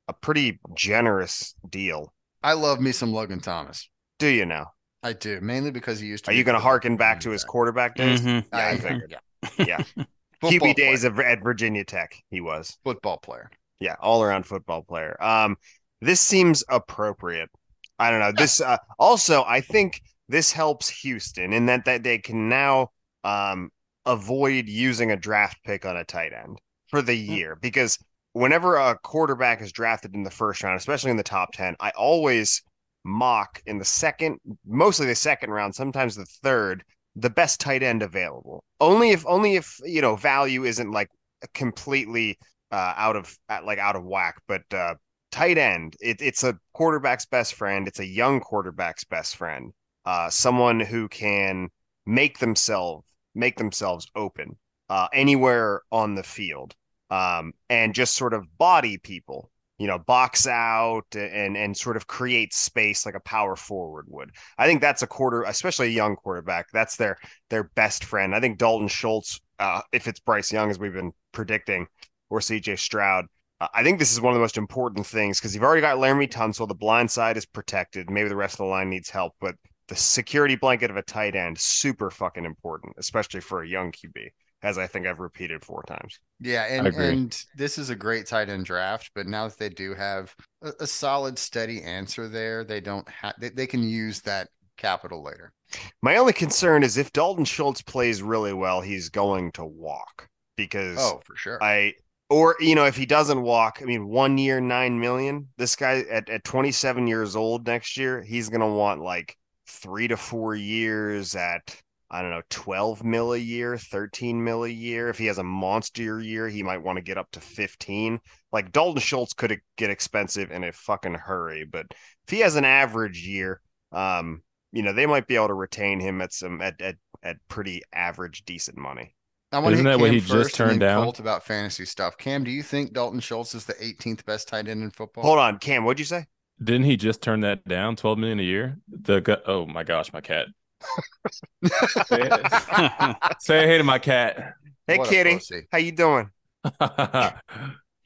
C: a pretty generous deal.
A: I love me some Logan Thomas.
C: Do you know?
A: I do, mainly because he used to.
C: Are
A: be
C: you going to
A: a
C: harken back to his
A: quarterback.
C: quarterback days?
D: Mhm.
C: Yeah, I
A: Mm-hmm. Yeah,
C: figured.
A: Yeah.
B: [laughs]
A: Football
C: QB days
A: player.
C: of, at Virginia Tech, he was.
A: football player.
C: yeah, all around football player. Um, this seems appropriate. I don't know. This uh, also, I think this helps Houston in that that they can now um avoid using a draft pick on a tight end for the year because whenever a quarterback is drafted in the first round, especially in the top ten, I always mock in the second, mostly the second round, sometimes the third, the best tight end available. Only if only if you know value isn't like completely uh, out of uh, like out of whack, but uh, tight end. It, it's a quarterback's best friend. It's a young quarterback's best friend. Uh, someone who can make themselves make themselves open uh, anywhere on the field, um, and just sort of body people. You know, box out and and sort of create space like a power forward would. I think that's a quarter, especially a young quarterback. That's their their best friend. I think Dalton Schultz, uh, if it's Bryce Young, as we've been predicting, or CJ Stroud. Uh, I think this is one of the most important things because you've already got Laramie Tunsil. The blind side is protected. Maybe the rest of the line needs help, but the security blanket of a tight end super fucking important, especially for a young QB, as I think I've repeated four times.
A: Yeah, and
B: agree.
A: and this is a great tight end draft, but now that they do have a, a solid, steady answer there, they don't have they, they can use that capital later.
C: My only concern is if Dalton Schultz plays really well, he's going to walk because
A: Oh, for sure.
C: I or you know if he doesn't walk, I mean one year nine million. This guy at at 27 years old next year, he's gonna want like three to four years at I don't know 12 mil a year, 13 mil a year. If he has a monster year, he might want to get up to 15. Like Dalton Schultz could get expensive in a fucking hurry, but if he has an average year, um, you know they might be able to retain him at some at at at pretty average decent money.
A: I want to
B: Isn't
A: hit
B: that what
A: Cam
B: he just
A: first and
B: turned
A: then
B: down?
A: Colt about fantasy stuff. Cam, do you think Dalton Schultz is the 18th best tight end in football?
C: Hold on, Cam, what'd you say?
B: Didn't he just turn that down? Twelve million a year. The gu- oh my gosh, my cat. say,
D: Mm-hmm.
A: [laughs]
D: [laughs]
B: say hey to my cat.
C: Hey,
A: What a
C: kitty.
A: pussy.
C: How you doing?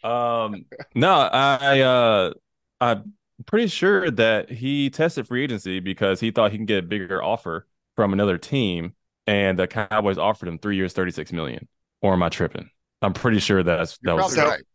B: um, no, I uh, I'm pretty sure that he tested free agency because he thought he can get a bigger offer from another team, and the Cowboys offered him three years, thirty six million. Or am I tripping? I'm pretty sure that's
A: You're
B: that was.
A: probably
C: So-
A: right.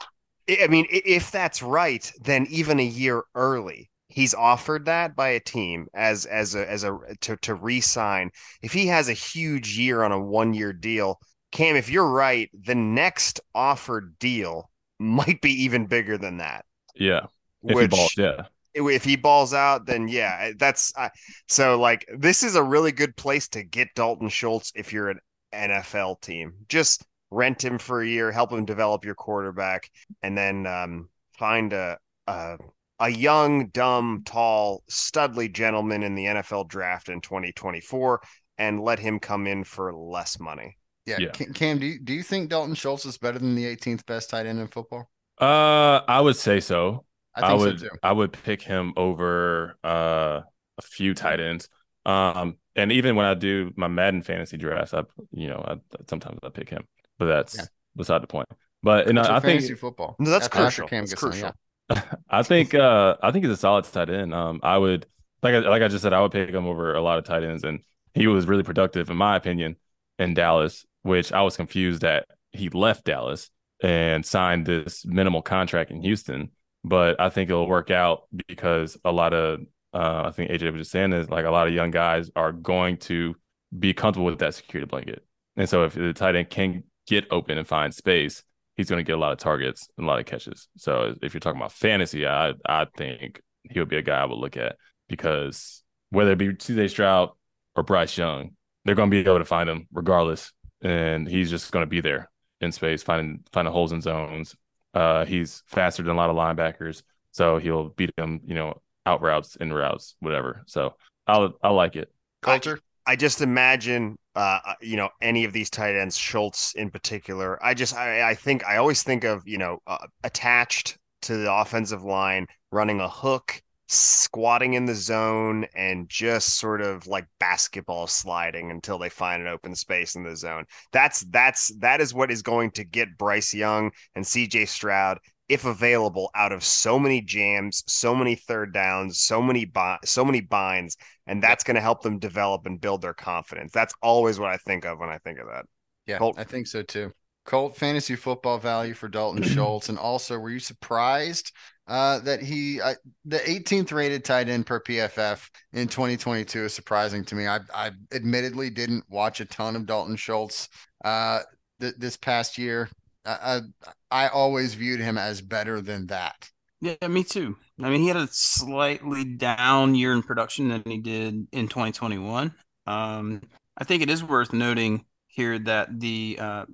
C: I I mean, i- if that's right, then even a year early, he's offered that by a team as as a as a to to re-sign. If he has a huge year on a one-year deal, Cam, if you're right, the next offered deal might be even bigger than that.
B: Yeah, if he
C: which
B: balls, yeah.
C: if he balls out, then yeah, that's I, so like this is a really good place to get Dalton Schultz if you're an NFL team. Just rent him for a year, help him develop your quarterback, and then um, find a, a a young, dumb, tall, studly gentleman in the NFL draft in 2024, and let him come in for less money.
A: Yeah.
B: Yeah.
A: Ca- Cam, do you, do you think Dalton Schultz is better than the 18th best tight end in football?
B: Uh, I would say so.
A: I think
B: would
A: so too.
B: I would pick him over uh a few tight ends. Um and even when I do my Madden fantasy drafts, I you know, I sometimes I pick him. But that's
A: Yeah.
B: beside the point. But and
A: That's
B: I
A: what
B: I
A: fantasy
B: think
A: football.
C: No, that's
A: after
C: crucial.
A: Cam
C: That's
A: gets on,
C: crucial.
A: yeah.
B: I think uh I think he's a solid tight end. Um I would like I like I just said, I would pick him over a lot of tight ends and he was really productive in my opinion in Dallas, which I was confused that he left Dallas and signed this minimal contract in Houston. but I think it'll work out because a lot of uh, I think AJ was just saying is like a lot of young guys are going to be comfortable with that security blanket, and so if the tight end can get open and find space, he's going to get a lot of targets and a lot of catches. So if you're talking about fantasy, I I think he'll be a guy I would look at because whether it be CJ Stroud or Bryce Young, they're going to be able to find him regardless, and he's just going to be there in space, finding finding holes in zones, uh, he's faster than a lot of linebackers, so he'll beat them, you know, out routes, in routes, whatever. So I'll I like it.
E: Coulter,
C: I just imagine, uh, you know, any of these tight ends, Schultz in particular. I just, I, I think, I always think of, you know, uh, attached to the offensive line, running a hook, squatting in the zone, and just sort of like basketball sliding until they find an open space in the zone. That's that's that is what is going to get Bryce Young and C.J. Stroud. If available, out of so many jams, so many third downs, so many bi- so many binds, and that's going to help them develop and build their confidence. That's always what I think of when I think of that.
A: Yeah,
C: Colt.
A: I think so too. Colt fantasy football value for
B: [clears throat]
A: Dalton Schultz, and also were you surprised uh, that he uh, the 18th rated tight end per PFF in 2022 is surprising to me. I I admittedly didn't watch a ton of Dalton Schultz uh, th- this past year. I, I I always viewed him as better than that.
D: Yeah, me too. I mean, he had a slightly down year in production than he did in 2021. Um, I think it is worth noting here that the uh,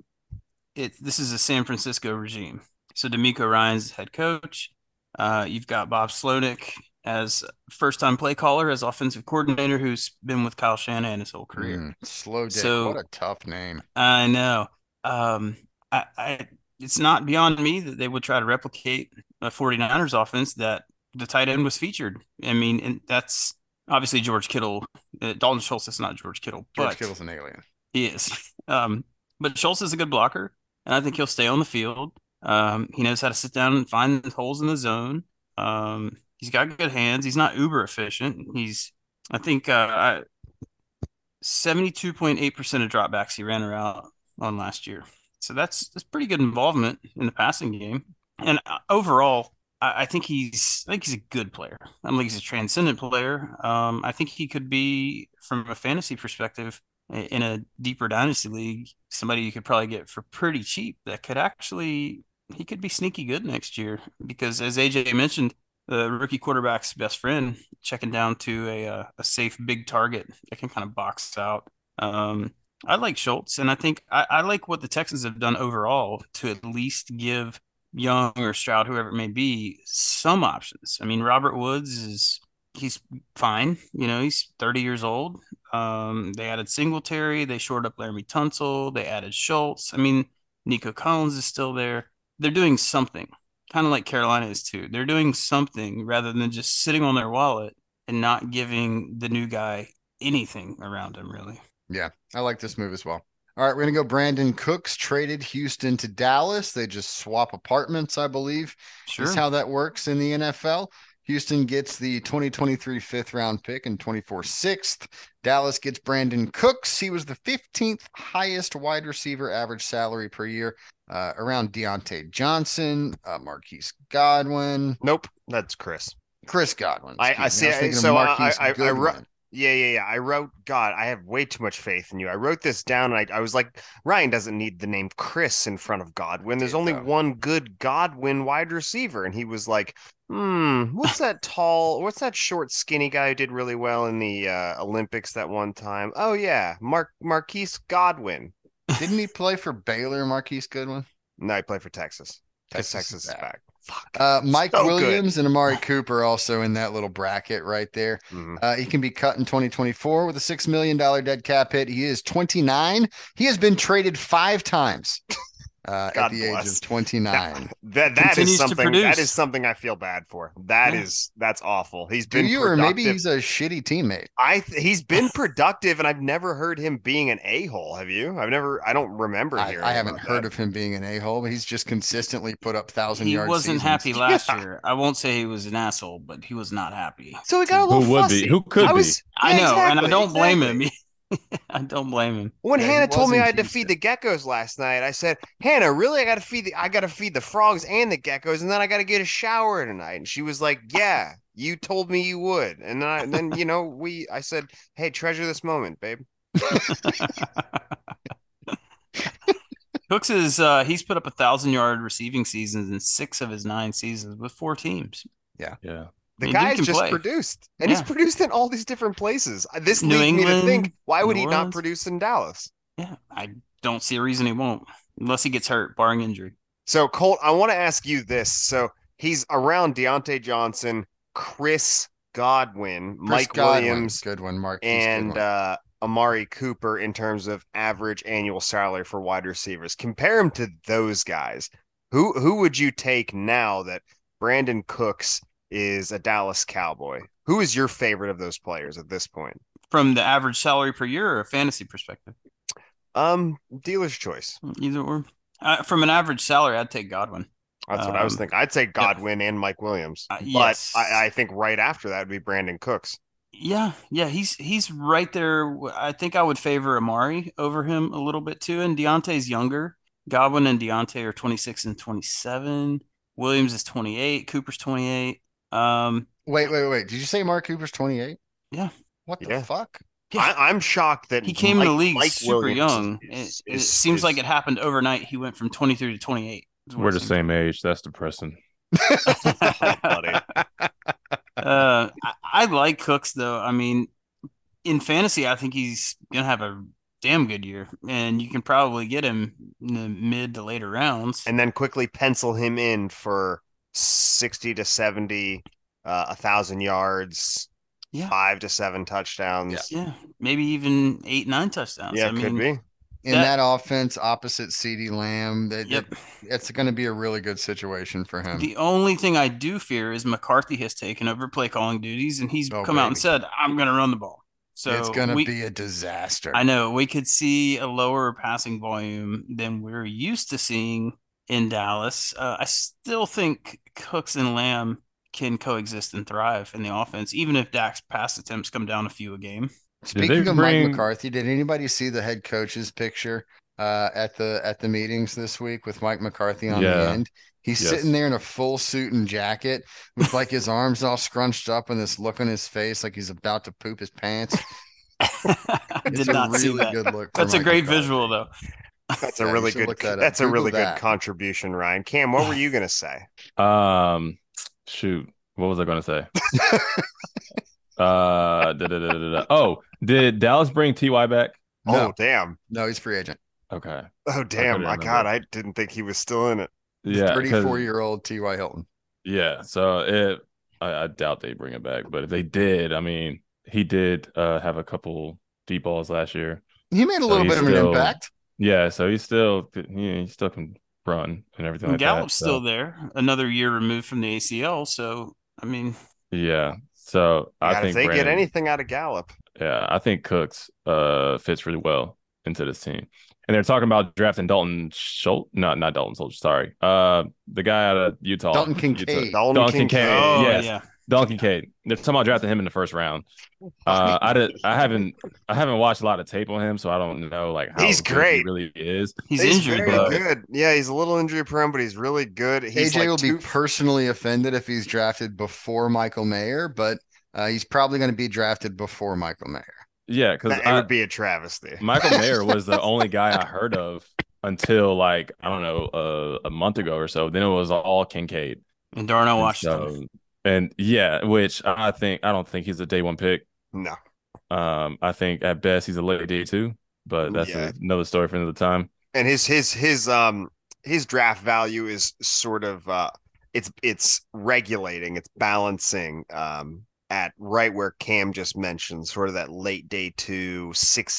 D: it this is a San Francisco regime. So D'Amico Ryan's head coach. Uh, you've got Bob Slonick as first-time play caller, as offensive coordinator, who's been with Kyle Shanahan his whole career.
B: Hmm.
A: Mm, slow dick.
D: So-
A: what a tough name.
D: I know. Um, I, I it's not beyond me that they would try to replicate a 49ers offense that the tight end was featured. I mean, and that's obviously George Kittle. Uh, Dalton Schultz is not George Kittle,
A: George
D: but
A: Kittle's an alien.
D: he is. [laughs] Um, but Schultz is a good blocker, and I think he'll stay on the field. Um, he knows how to sit down and find holes in the zone. Um, he's got good hands. He's not uber efficient. He's, I think, uh, seventy-two point eight percent of dropbacks he ran around on last year. So that's that's pretty good involvement in the passing game. And uh, overall, I, I think he's I think he's a good player. I don't think he's a transcendent player. Um, I think he could be, from a fantasy perspective, in a deeper dynasty league, somebody you could probably get for pretty cheap that could actually he could be sneaky good next year because as AJ mentioned, the rookie quarterback's best friend checking down to a uh, a safe big target that can kind of box out. Um, I like Schultz, and I think I, I like what the Texans have done overall to at least give Young or Stroud, whoever it may be, some options. I mean, Robert Woods is he's fine. You know, he's thirty years old. Um, they added Singletary. They shored up Laramie Tunsil. They added Schultz. I mean, Nico Collins is still there. They're doing something, kind of like Carolina is too. They're doing something rather than just sitting on their wallet and not giving the new guy anything around him, really.
A: I like this move as well. All right, we're gonna go. Brandon Cooks traded Houston to Dallas. They just swap apartments, I believe.
D: Sure.
A: Is how that works in the NFL. Houston gets the 2023 fifth round pick and 24 sixth. Dallas gets Brandon Cooks. He was the 15th highest wide receiver average salary per year, uh, around Deontay Johnson, uh, Marquise Godwin,
C: Nope, that's Chris.
A: Chris Godwin.
C: I- I
A: excuse me.
C: see-
A: thinking of
C: so I-
A: Marquise
C: I- I- I wrote-
A: Goodwin.
C: Yeah, yeah, yeah. I wrote, God, I have way too much faith in you. I wrote this down and I, I was like, Ryan doesn't need the name Chris in front of Godwin. There's
A: Did,
C: only
A: though.
C: one good Godwin wide receiver. And he was like, hmm, what's that tall, what's that short, skinny guy who did really well in the uh, Olympics that one time? Oh, yeah, Mark Marquise Godwin.
A: Didn't he play for Baylor, Marquise Goodwin?
C: No, he played for Texas. 'Cause
A: Texas is
C: Texas is
A: back.
C: back. Fuck.
A: Uh, Mike
C: So good.
A: Williams and Amari Cooper also in that little bracket right there.
C: Mhm.
A: Uh, he can be cut in 2024 with a $6 million dead cap hit. He is 29. He has been traded five times [laughs] uh, at
C: God
A: the age
C: bless. [laughs]
A: of 29.
C: That that
D: Continues
C: is
D: to
C: something that is
D: produce.
C: something I feel bad for. That is
D: Yeah.
C: that's awful. He's
A: Do
C: been
A: you, or maybe
C: productive.
A: he's a shitty teammate?
C: I th- he's
A: [laughs]
C: been productive, and I've never heard him being an a hole. Have you? I've never. I don't remember
A: I,
C: hearing.
A: I haven't
C: about
A: heard
C: that.
A: of him being an a hole, but he's just consistently put up thousand
D: he
A: yards.
D: wasn't happy
A: seasons.
D: last
C: [laughs] Yeah.
D: year. I won't say he was an asshole, but he was not happy.
C: So he got a little
B: Who would
C: fussy.
B: be? Who could
C: I
B: be?
C: was.
D: I
C: Yeah,
D: know, and I
C: exactly,
D: don't blame
C: exactly.
D: him. [laughs] I don't blame him.
C: When
A: Yeah, he
C: Hannah told
A: was
C: me
A: in
C: I had to feed the geckos last night, I said, "Hannah, really? I got to feed the I got to feed the frogs and the geckos, and then I got to get a shower tonight." And she was like, "Yeah, you told me you would." And then, I, then you know, we I said, "Hey, treasure this moment, babe."
D: Cooks is uh, he's put up a thousand yard receiving seasons in six of his nine seasons with four teams.
B: Yeah.
C: The
D: And dude
C: guy's
D: can
C: just
D: play.
C: produced, and he's
D: Yeah.
C: produced in all these different places. Uh, This
D: New
C: leads me to think,
D: England,
C: why would
D: New
C: he not
D: Orleans.
C: produce in Dallas?
D: Yeah, I don't see a reason he won't, unless he gets hurt, barring injury.
C: So Colt, I want to ask you this. So he's around Deontay Johnson, Chris Godwin,
A: Chris
C: Mike
A: Godwin,
C: Williams,
A: good one, Mark.
C: and uh, Amari Cooper in terms of average annual salary for wide receivers. Compare him to those guys. Who who would you take now that Brandon Cooks is a Dallas Cowboy? Who is your favorite of those players at this point?
D: From the average salary per year or a fantasy perspective,
C: Um, dealer's choice.
D: either or. Uh, from an average salary, I'd take Godwin.
C: That's what I was
D: Um,
C: thinking. I'd say Godwin and Mike Williams.
D: Uh,
C: but
D: yes.
C: I, I think right after that would be Brandon Cooks.
D: Yeah, yeah, he's he's right there. I think I would favor Amari over him a little bit too. And Deontay's younger. Godwin and Deontay are 26 and 27. Williams is 28. Cooper's 28. Um,
A: wait, wait, wait. Did you say Mark Cooper's 28?
D: Yeah.
A: What the
C: Yeah.
A: fuck?
D: Yeah.
C: I, I'm shocked that
D: he came in the
C: Mike-
D: league
C: Mike
D: super
C: Williams
D: young.
C: is-
D: it, it
C: is-
D: seems
C: is-
D: like it happened overnight. He went from 23 to 28. is what
B: We're
D: it
B: the
D: seems.
B: same age. That's depressing.
D: [laughs]
C: buddy.
D: uh, I, I like Cooks though. I mean, in fantasy, I think he's gonna have a damn good year, and you can probably get him in the mid to later rounds.
C: and then quickly pencil him in for 60 to 70 uh, a thousand yards
D: Yeah.
C: five to seven touchdowns
D: yeah, maybe even eight, nine touchdowns.
C: yeah,
D: I mean,
C: could
D: [laughs]
C: be
A: In
D: That-
A: that, offense, opposite Ceedee Lamb, that,
D: Yep.
A: that- it's going to be a really good situation for him.
D: The only thing I do fear is McCarthy has taken over play calling duties, and he's
A: Oh,
D: come out and
A: baby.
D: said, "I'm gonna run the ball." So
A: it's going to
D: we-
A: be a disaster.
D: I know we could see a lower passing volume than we're used to seeing in Dallas. Uh, I still think Cooks and Lamb can coexist and thrive in the offense, even if Dak's pass attempts come down a few a game. [laughs]
B: Did
A: Speaking
B: they
A: of Mike
B: bring-
A: McCarthy, did anybody see the head coach's picture uh, at the at the meetings this week with Mike McCarthy on the
B: Yeah.
A: end? He's
B: Yes.
A: sitting there in a full suit and jacket with like
B: [laughs]
A: his arms all scrunched up and this look on his face like he's about to poop his pants.
D: I
A: It's
D: did
A: a
D: not see that.
A: good look. for
D: That's a
A: Mike
D: great
A: McCarthy.
D: visual, though.
C: that's
A: Yeah,
C: a
A: you
C: really
A: should
C: good
A: look that
C: that's
A: up.
C: a really
A: Google that.
C: good contribution ryan cam what were you gonna say
B: Um, shoot, what was I gonna say? uh, da, da, da, da, da. oh, did Dallas bring Ty back?
A: No,
C: oh damn
A: no, he's a free agent.
B: Okay,
C: oh damn my
B: remember.
C: god i didn't think he was still in it
B: yeah, 'cause-
A: Thirty-four year old T.Y. Hilton.
B: yeah. So it, I, I doubt they bring it back, but if they did, I mean, he did uh have a couple deep balls last year.
A: He made a
B: So
A: little
B: he's
A: bit of an
B: still-
A: impact.
B: Yeah, so he's still he, he still can run and everything like that.
D: Gallup's
B: so-
D: still there, another year removed from the ACL. So, I mean,
B: Yeah. So I
C: God,
B: think
C: if they get
B: Brandon-
C: anything out of gallup
B: Yeah, I think Cooks uh fits really well into this team. And they're talking about drafting Dalton Schultz. No, not Dalton Schultz, sorry. Uh the guy out of Utah.
A: Dalton
B: Utah-
A: Kincaid.
C: Dalton
B: Dalton
C: Kincaid.
B: Kincaid.
D: oh
B: yes.
D: yeah,
B: Dalton Kincaid. They're talking about drafting him in the first round. Uh I did I haven't I haven't watched a lot of tape on him, so I don't know like how
C: He's
B: good he
C: great.
B: really is.
D: he's, injured,
C: Oh, very
D: but
C: good yeah he's a little injury prone but he's really good he's
A: AJ
C: like
A: will
C: two-
A: be personally offended if he's drafted before Michael Mayer, but uh, he's probably going to be drafted before Michael Mayer.
B: Yeah, because
C: that would be a travesty
B: Michael Mayer was the only guy I heard of until like I don't know uh, a month ago or so. Then it was all Kincaid.
D: and Darnell
B: And
D: Washington.
B: so- and yeah, which I think I don't think he's a day one pick.
C: no
B: Um, I think at best he's a late day two, but that's
C: Yeah.
B: another story for another time.
C: and his his his um his draft value is sort of uh it's it's regulating it's balancing um at right where cam just mentioned sort of that late day two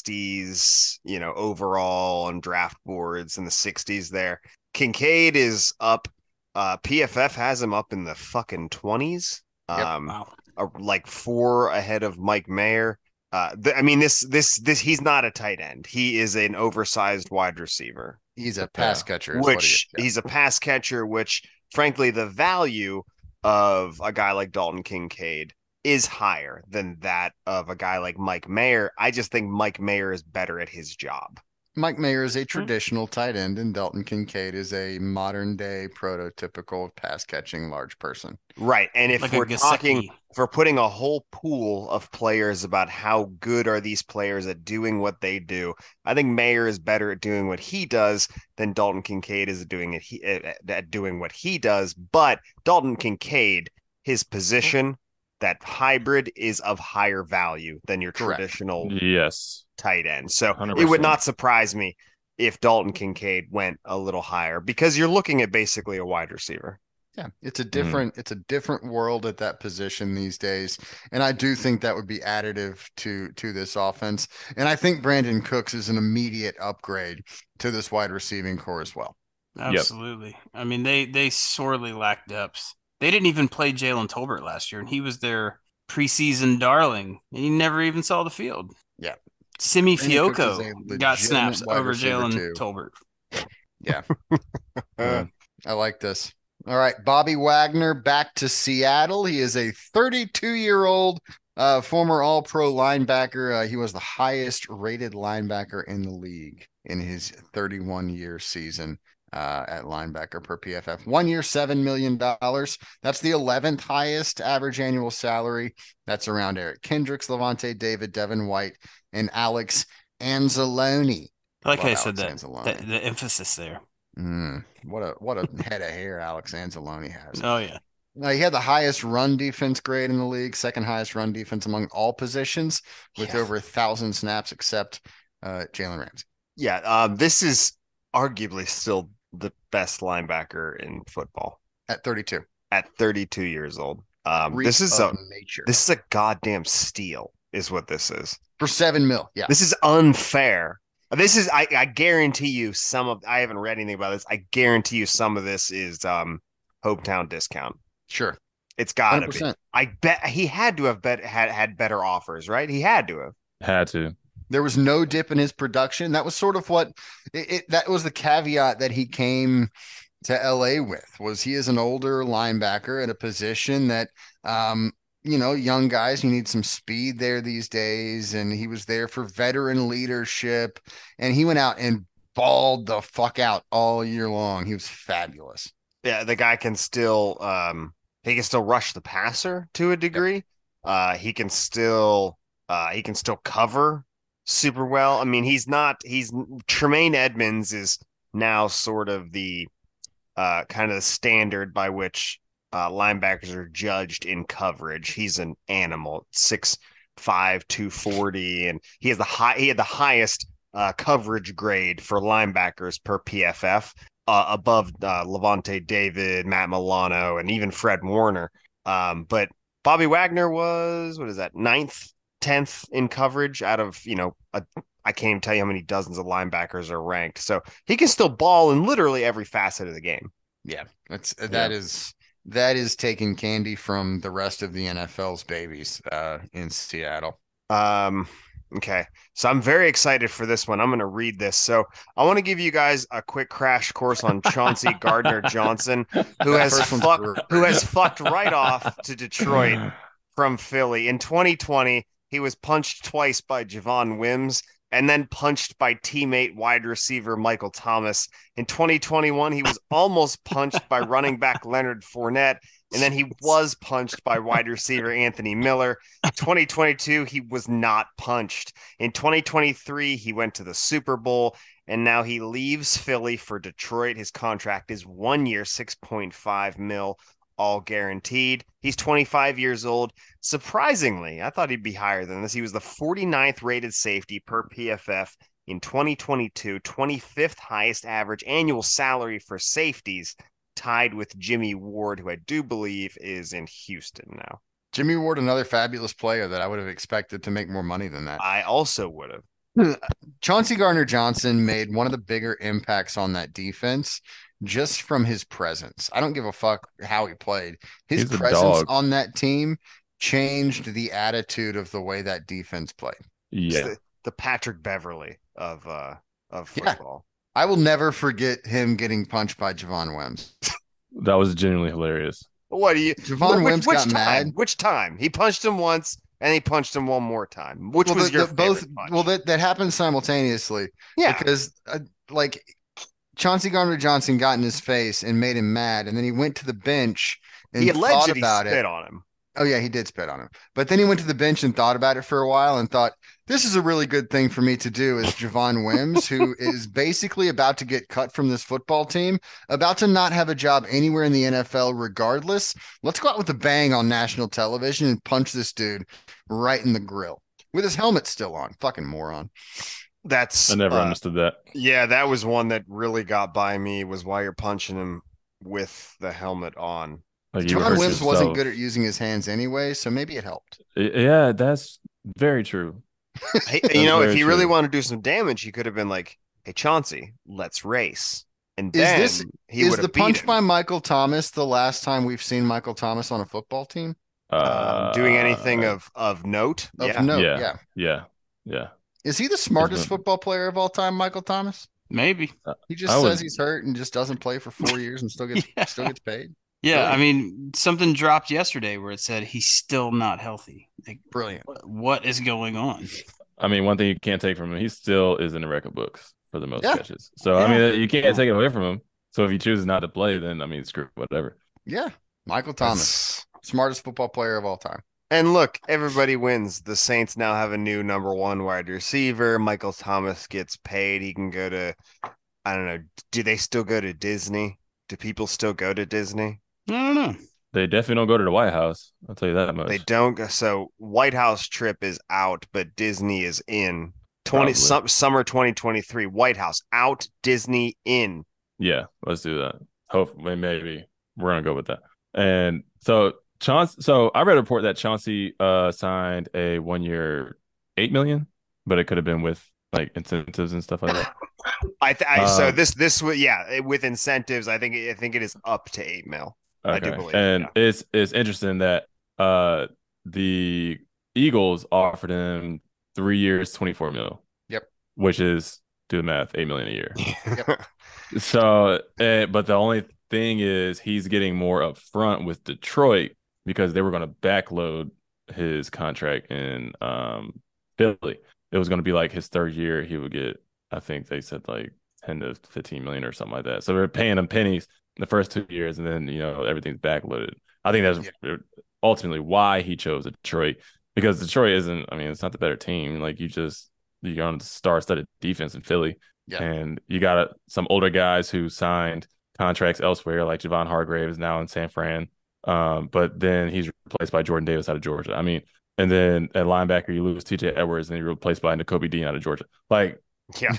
C: 60s you know overall on draft boards in the 60s there kincaid is up uh pff has him up in the fucking 20s
A: Yep.
C: um
D: wow,
C: a, like four ahead of Mike Mayer. Uh, th- I mean, this, this, this, he's not a tight end. He is an oversized wide receiver,
A: He's a pass catcher, is what he
C: which
A: is, yeah.
C: he's a pass catcher, which frankly, the value of a guy like Dalton Kincaid is higher than that of a guy like Mike Mayer. I just think Mike Mayer is better at his job.
A: Mike Mayer
C: Hmm.
A: is a traditional tight end, and Dalton Kincaid is a modern day prototypical pass catching large person.
C: Right. And if
D: like
C: we're
D: a Gasecki.
C: talking if we're putting a whole pool of players about how good are these players at doing what they do, I think Mayer is better at doing what he does than Dalton Kincaid is doing it he, at, at doing what he does. But Dalton Kincaid, his position, that hybrid is of higher value than your
A: Correct.
C: traditional
B: Yes.
C: tight end. So
B: 100%.
C: it would not surprise me if Dalton Kincaid went a little higher because you're looking at basically a wide receiver.
A: Yeah, it's
C: Hmm.
A: a different it's a different world at that position these days, and I do think that would be additive to to this offense. And I think Brandon Cooks is an immediate upgrade to this wide receiving core as well.
D: Absolutely. I mean, they they sorely lack depth. They didn't even play Jalen Tolbert last year, and he was their preseason darling, and he never even saw the field.
A: Yeah.
D: Simi
A: Brandon Cooks is a
D: Fioco got
A: legitimate
D: snaps
A: wide
D: over
A: receiver,
D: Jalen
A: too.
D: Tolbert.
A: Uh,
B: Yeah.
A: I like this. All right, Bobby Wagner back to Seattle. He is a 32 year old uh, former All Pro linebacker. Uh, he was the highest rated linebacker in the league in his 31 year season uh, at linebacker per PFF. One year, seven million dollars. That's the 11th highest average annual salary. That's around Eric Kendricks, Levante David, Devin White, and Alex Anzalone.
D: I like how
A: Love
D: I said
A: Alex
D: that,
A: Anzalone.
D: that. The emphasis there.
A: Mm, what a what a head of hair Alex Anzalone has.
D: Oh, yeah.
A: Now, he had the highest run defense grade in the league, second highest run defense among all positions, with
C: Yeah.
A: over a thousand snaps, except uh, Jalen Ramsey.
C: Yeah, um, this is arguably still the best linebacker in football
A: At 32,
C: at 32 years old. Um,
A: Freak
C: this is a
A: of nature
C: this is a goddamn steal, is what this is.
A: for seven mil. Yeah,
C: This is unfair. This is I, I guarantee you some of I haven't read anything about this. I guarantee you some of this is um hometown discount.
A: sure,
C: It's gotta
A: hundred
C: be.
A: percent.
C: I bet he had to have bet had had better offers, right? He had to have.
B: Had to.
A: There was no dip in his production. That was sort of what it, it that was the caveat that he came to LA with was he is an older linebacker in a position that um you know young guys you need some speed there these days and he was there for veteran leadership and he went out and balled the fuck out all year long. He was fabulous.
C: Yeah, the guy can still um he can still rush the passer to a degree. Uh he can still uh he can still cover super well. I mean, he's not he's Tremaine Edmonds is now sort of the uh kind of the standard by which uh linebackers are judged in coverage. He's an animal, six five, two forty, and he has the high he had the highest uh coverage grade for linebackers per PFF uh, above uh, Levante David, Matt Milano, and even Fred Warner. Um, but Bobby Wagner was what is that ninth, tenth in coverage out of you know a, I can't even tell you how many dozens of linebackers are ranked. So he can still ball in literally every facet of the game.
A: That's that is that is taking candy from the rest of the NFL's babies uh in Seattle.
C: Um, okay. So I'm very excited for this one. I'm going to read this. So I want to give you guys a quick crash course on Chauncey Gardner Johnson, who
A: That
C: has
A: first one's
C: fucked,
A: brutal.
C: who has fucked right off to Detroit from Philly. In 2020, he was punched twice by Javon Wims and then punched by teammate wide receiver Michael Thomas. In 2021, he was almost punched by running back Leonard Fournette, and then he was punched by wide receiver Anthony Miller. 2022, he was not punched. In 2023, he went to the Super Bowl. And now he leaves Philly for Detroit. His contract is one year, 6.5 mil, all guaranteed. He's 25 years old. Surprisingly, I thought he'd be higher than this. He was the 49th rated safety per PFF in 2022, 25th highest average annual salary for safeties, tied with Jimmy Ward, who I do believe is in Houston now.
A: Jimmy Ward another fabulous player that I would have expected to make more money than that.
C: I also would have.
A: Chauncey Gardner Johnson made one of the bigger impacts on that defense just from his presence. I don't give a fuck how he played. His
B: He's a
A: presence
B: dog.
A: on that team changed the attitude of the way that defense played.
C: He's
B: Yeah.
C: The, the Patrick Beverly of uh of
A: Yeah.
C: football. [laughs]
A: I will never forget him getting punched by Javon Wims.
B: That was genuinely hilarious.
C: What do you?
A: Javon
C: which,
A: Wims
C: which
A: got
C: time?
A: mad.
C: Which time? He punched him once, and he punched him one more time. Which
A: well,
C: was
A: the-
C: your
A: the- both?
C: favorite punch?
A: Well, that that happened simultaneously.
C: yeah,
A: because uh, like Chauncey Gardner Johnson got in his face and made him mad, and then he went to the bench and
C: he
A: thought
C: alleged that he
A: about
C: spit
A: it.
C: on him.
A: Oh yeah, he did spit on him, but then he went to the bench and thought about it for a while and thought this is a really good thing for me to do as Javon
C: [laughs]
A: Wims, who is basically about to get cut from this football team, about to not have a job anywhere in the NFL, regardless. Let's go out with a bang on national television and punch this dude right in the grill with his helmet still on. Fucking moron.
C: That's
B: I never
C: uh,
B: understood that.
C: Yeah, that was one that really got by me. Was why you're punching him with the helmet
A: [laughs]
C: on.
B: Like he
A: Javon
B: hurts
A: Wims wasn't
B: himself.
A: good at using his hands anyway, so maybe it helped.
B: Y- Yeah, that's very true.
C: Hey, you know, if
B: very
C: he really
B: true.
C: wanted to do some damage, he could have been like, "Hey, Chauncey, let's race." And
A: Is
C: then
A: this-
C: he
A: Is
C: would
A: the
C: have
A: punch
C: beat him.
A: by Michael Thomas the last time we've seen Michael Thomas on a football team?
C: Um, doing anything
B: Uh,
C: of of note.
A: Of
C: yeah,
A: note, yeah.
B: Yeah. Yeah, yeah.
A: Is he the smartest
B: not.
A: football player of all time, Michael Thomas?
D: Maybe.
A: He just
B: I
A: says
B: would-
A: he's hurt and just doesn't play for four years
C: [laughs]
A: and still gets
D: Yeah.
A: still gets paid.
D: Yeah,
A: Really?
D: I mean, something dropped yesterday where it said he's still not healthy. Like,
A: Brilliant.
D: what- what is going on?
B: I mean, one thing you can't take from him, he still is in the record books for the most
A: Yeah.
B: catches. So I mean, you can't take it away from him. So if he chooses not to play, then I mean, screw whatever.
A: Yeah, Michael Thomas, smartest football player of all time.
C: And look, everybody wins. The Saints now have a new number one wide receiver. Michael Thomas gets paid. He can go to, I don't know, do they still go to Disney? Do people still go to Disney?
D: I don't know.
B: They definitely don't go to the White House. I'll tell you that much.
C: They don't. go- So White House trip is out, but Disney is in. 20
B: Probably.
C: sum, summer 2023 White House out, Disney in.
B: Yeah, let's do that. Hopefully, maybe we're gonna go with that. And so Chauncey, so I read a report that Chauncey uh signed a one year eight million, but it could have been with like incentives and stuff like that.
C: I, th- I so
B: Uh,
C: this this was yeah, it- with incentives, I think I think it is up to 8 mil. [coughs] I do believe,
B: and
C: yeah.
B: it's it's interesting that uh the Eagles offered him three years, twenty four mil.
A: Yep.
B: Which is do the math, eight million a year. So, eh, but the only thing is he's getting more upfront with Detroit because they were going to backload his contract in um Philly. It was going to be like his third year. He would get, I think they said like ten to fifteen million or something like that. So they're paying him pennies the first two years, and then you know everything's backloaded. I think that's uh, ultimately why he chose Detroit because Detroit isn't. I mean, it's not the better team. Like you just you're on the star-studded defense in Philly,
A: Yeah.
B: and you got uh, some older guys who signed contracts elsewhere, like Javon Hargrave is now in San Fran. Um, but then he's replaced by Jordan Davis out of Georgia. I mean, and then at linebacker you lose T.J. Edwards, and then you're replaced by N'Kobe Dean out of Georgia. Like,
C: [laughs] yeah.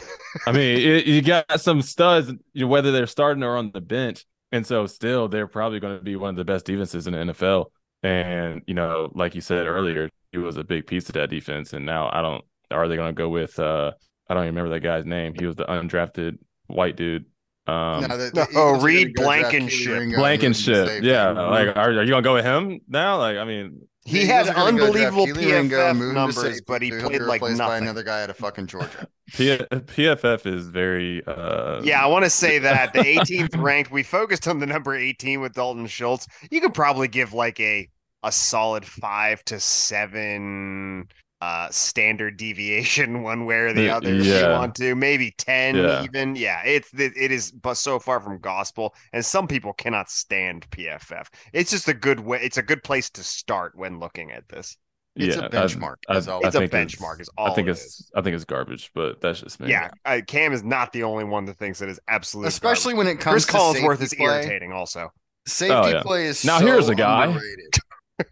B: I mean, it, you got some studs, you know, whether they're starting or on the bench, and so still they're probably going to be one of the best defenses in the NFL. And you know, like you said earlier, he was a big piece of that defense. And now I don't. Are they going to go with? uh I don't even remember that guy's name. He was the undrafted white dude. Um,
A: the,
C: no,
A: Eagles are gonna
C: Reed
A: go draft
C: Blankenship.
A: Keely Ringo and
B: Blankenship.
A: move him to
B: Yeah.
A: safety.
C: Mm-hmm.
B: Like, are, are you going to go with him now? Like, I mean,
C: He,
A: The
C: had
A: Eagles are gonna go draft
C: unbelievable
A: Keely Ringo and
C: PFF
A: move him to
C: numbers,
A: safety,
C: but he
A: so he'll be
C: played like
A: replaced by
C: nothing.
A: another guy out of fucking Georgia.
B: P- PFF is very. uh
C: Yeah, I want to
B: [laughs]
C: say that the 18th ranked. We focused on the number 18 with Dalton Schultz. You could probably give like a a solid five to seven uh standard deviation [laughs] one way or the
B: Y-
C: other if you
B: yeah.
C: want to maybe 10
B: Yeah.
C: even yeah it's it, it is but so far from gospel and some people cannot stand pff it's just a good way it's a good place to start when looking at this
A: It's
B: yeah,
A: a benchmark.
B: I, I,
A: is all
B: I
C: It's a
B: think
C: benchmark is
B: I
C: all
B: think
C: it
B: it's.
C: is.
B: I think it's garbage, but that's just me.
C: yeah uh, cam is not the only one that thinks it is absolutely
A: Especially when it
C: Chris
A: comes to
C: Collinsworth
A: safety
C: is
A: play.
C: irritating also
A: Safety
B: Oh, yeah.
A: play is
B: Now
A: so
B: here's a guy.
C: [laughs]
A: underrated.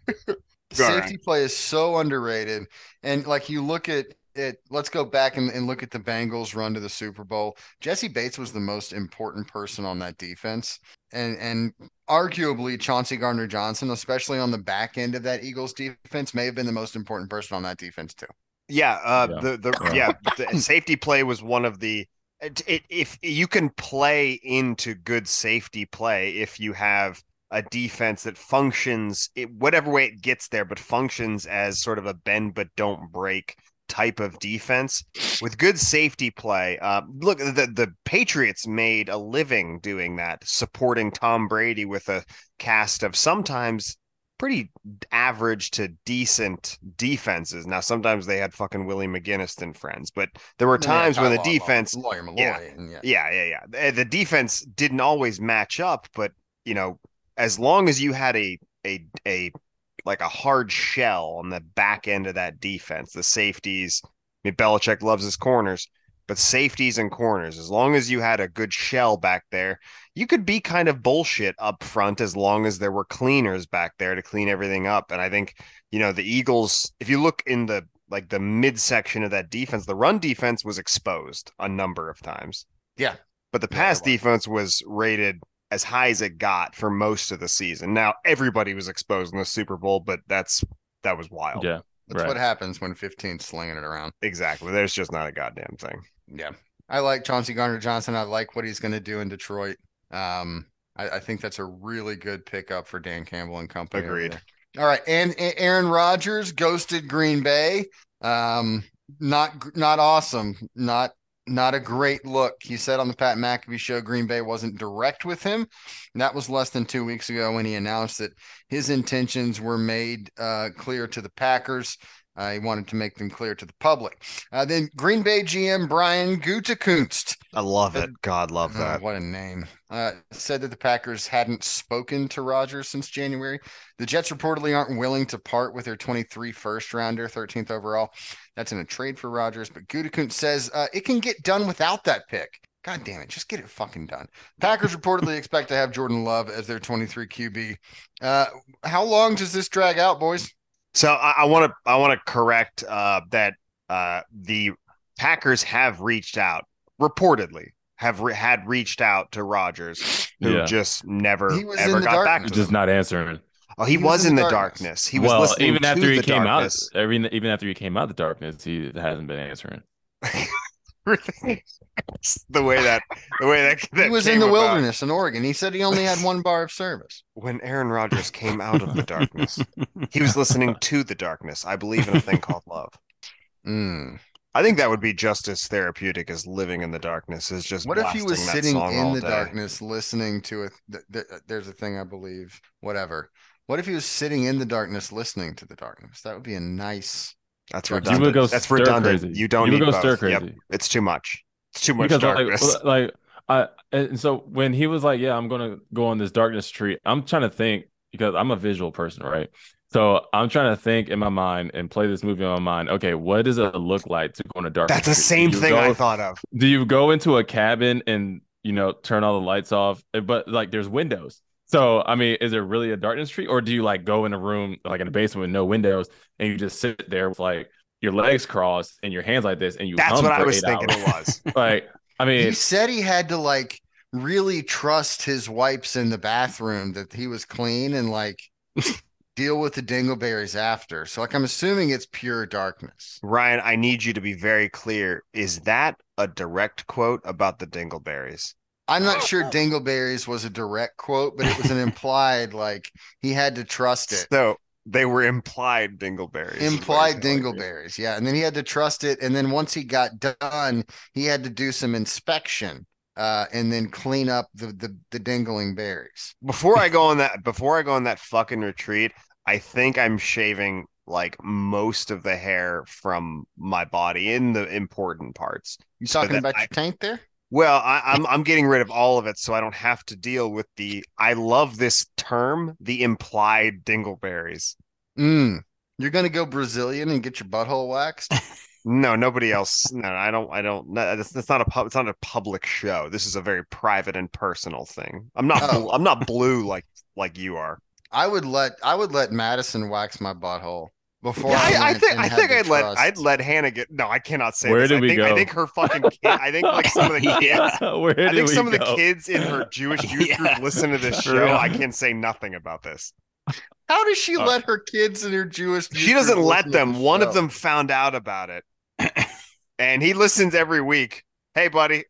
C: All right.
A: Safety play is so underrated, and like you look at it, let's go back and, and look at the Bengals' run to the Super Bowl. Jesse Bates was the most important person on that defense, and and arguably Chauncey Gardner Johnson, especially on the back end of that Eagles defense, may have been the most important person on that defense too.
C: Yeah, uh,
B: Yeah.
C: the the yeah,
B: Yeah.
C: the safety play was one of the it, it, if you can play into good safety play if you have a defense that functions it, whatever way it gets there, but functions as sort of a bend but don't break type of defense with good safety play. Uh, look, the the Patriots made a living doing that, supporting Tom Brady with a cast of sometimes pretty average to decent defenses. Now, sometimes they had fucking Willie McGinnis and friends, but there were times when the defense,
A: lawyer Malloy,
C: yeah.
A: and yeah.
C: yeah, yeah, yeah, the defense didn't always match up, but you know, as long as you had a a a like a hard shell on the back end of that defense, the safeties. I mean, Belichick loves his corners, but safeties and corners, as long as you had a good shell back there, you could be kind of bullshit up front as long as there were cleaners back there to clean everything up. And I think, you know, the Eagles, if you look in the like the midsection of that defense, the run defense was exposed a number of times.
A: Yeah.
C: But the
A: Yeah, it
C: pass
A: was.
C: defense was rated as high as it got for most of the season. Now everybody was exposed in the Super Bowl, but that's that was wild.
B: Yeah.
A: That's
B: Right.
A: what happens when 15's slinging it around.
C: Exactly. There's just not a goddamn thing.
A: Yeah. I like Chauncey Garner Johnson. I like what he's going to do in Detroit. Um, I, I think that's a really good pickup for Dan Campbell and company. over
C: Agreed.
A: there. All right. And, A- Aaron Rodgers ghosted Green Bay. Um, not, gr- not awesome. Not, not a great look. He said on the Pat McAfee show, Green Bay wasn't direct with him. And that was less than two weeks ago when he announced that his intentions were made uh, clear to the Packers. Uh, he wanted to make them clear to the public. Uh, then Green Bay GM Brian Gutekunst,
C: I love
A: it.
C: it. God love
A: uh,
C: that.
A: what a name, uh, said that the Packers hadn't spoken to Rodgers since January. The Jets reportedly aren't willing to part with their 23 first rounder, 13th overall. That's in a trade for Rodgers. But Gutekunst says uh, it can get done without that pick. God damn it, just get it fucking done. Packers reportedly expect to have Jordan Love as their 23 QB. Uh, how long does this drag out, boys?
C: So I want to I want to correct uh, that uh, the Packers have reached out reportedly have re- had reached out to Rogers, who
B: Yeah.
C: just never
A: He was
C: ever
A: in the
C: got back
A: darkness.
C: to
B: Just
C: them.
B: not answering.
C: Oh, he, was, in the darkness. He was
B: well,
C: listening
B: even
C: to
B: after he
C: the
B: came
C: darkness.
B: out, every, even after he came out of the darkness, he hasn't been answering.
C: [laughs] the way that the way that, that
A: he was in
C: came
A: the
C: about.
A: wilderness in Oregon. He said he
C: [laughs]
A: only had one bar of service.
C: when Aaron Rodgers came out
B: [laughs]
C: of the darkness. He was listening to the darkness. I believe in a thing called love.
A: Mm.
C: I think that would be just as therapeutic as living in the darkness. Is just
A: What if he was
C: blasting that
A: sitting
C: song
A: in
C: all
A: the
C: day.
A: darkness listening to it? Th- th- uh, there's a thing I believe, whatever. What if he was sitting in the darkness listening to the darkness? That would be a nice.
C: That's
A: You would
C: redundant.
B: go
C: That's
B: stir
C: redundant.
B: crazy.
C: You don't
B: You would
C: need
B: go
C: both.
B: stir
C: Yep.
B: crazy.
C: It's too much. It's too much
B: because
C: darkness.
B: like like I and so when he was like, yeah, I'm gonna go on this darkness tree. I'm trying to think because I'm a visual person, right? So I'm trying to think in my mind and play this movie in my mind. Okay, what does it look like to go on a dark?
C: That's the same thing I thought of.
B: Do you go into a cabin and you know turn all the lights off? Eh, But like, there's windows. So I mean, is it really a darkness tree, or do you like go in a room like in a basement with no windows and you just sit there with like your legs crossed and your hands like this and you?
C: That's
B: hum
C: what I
B: for
C: was
B: eight
C: thinking
B: hours?
C: it
B: [laughs]
C: was.
B: Like, I mean, [laughs]
A: He said he had to like really trust his wipes in the bathroom that he was clean and like deal with the dingleberries after. So like I'm assuming it's pure darkness.
C: Ryan, I need you to be very clear. Is that a direct quote about the dingleberries?
A: I'm not sure dingleberries was a direct quote, but it was an implied like he had to trust it.
C: So they were implied dingleberries. is what
A: implied
C: you're telling me.
A: dingleberries yeah and then he had to trust it and then once he got done he had to do some inspection uh and then clean up the the, the dingling berries
C: Before I go on that, before I go on that fucking retreat, I think I'm shaving like most of the hair from my body in the important parts.
A: you talking
C: that
A: about
C: I-
A: your tank there
C: Well, I, I'm I'm getting rid of all of it, so I don't have to deal with the. I love this term, the implied dingleberries.
A: mm. you're gonna go brazilian and get your
C: [laughs]
A: butthole waxed
C: No, nobody else. No, I don't. I don't. No, that's, that's not a pub. It's not a public show. This is a very private and personal thing. I'm not.
A: Oh.
C: bl- I'm not blue like like you are.
A: i would let i would let madison wax my butthole before
C: Yeah, I, I
A: went
C: think
A: and
C: I
A: had
C: think
A: the
C: I'd let
A: trust.
C: I'd let Hannah get. No, I cannot say.
B: Where
C: this.
B: did
C: I
B: we
C: think, I
B: go?
C: think her fucking. Kid, I think like some
A: [laughs]
C: of the kids.
B: Where did
C: I think
B: we
C: some of the
B: go?
C: kids in her Jewish youth
D: Yeah.
C: group listen to this
D: For
C: show.
D: real.
C: I can say nothing about this.
A: how does she
B: Oh.
A: let her kids and her jewish
C: Uh, She
A: youth
C: doesn't
A: group
C: let
A: listen to
C: them.
A: the
C: One
A: show?
C: of them found out about
A: [coughs]
C: it, and he listens every week. Hey, buddy.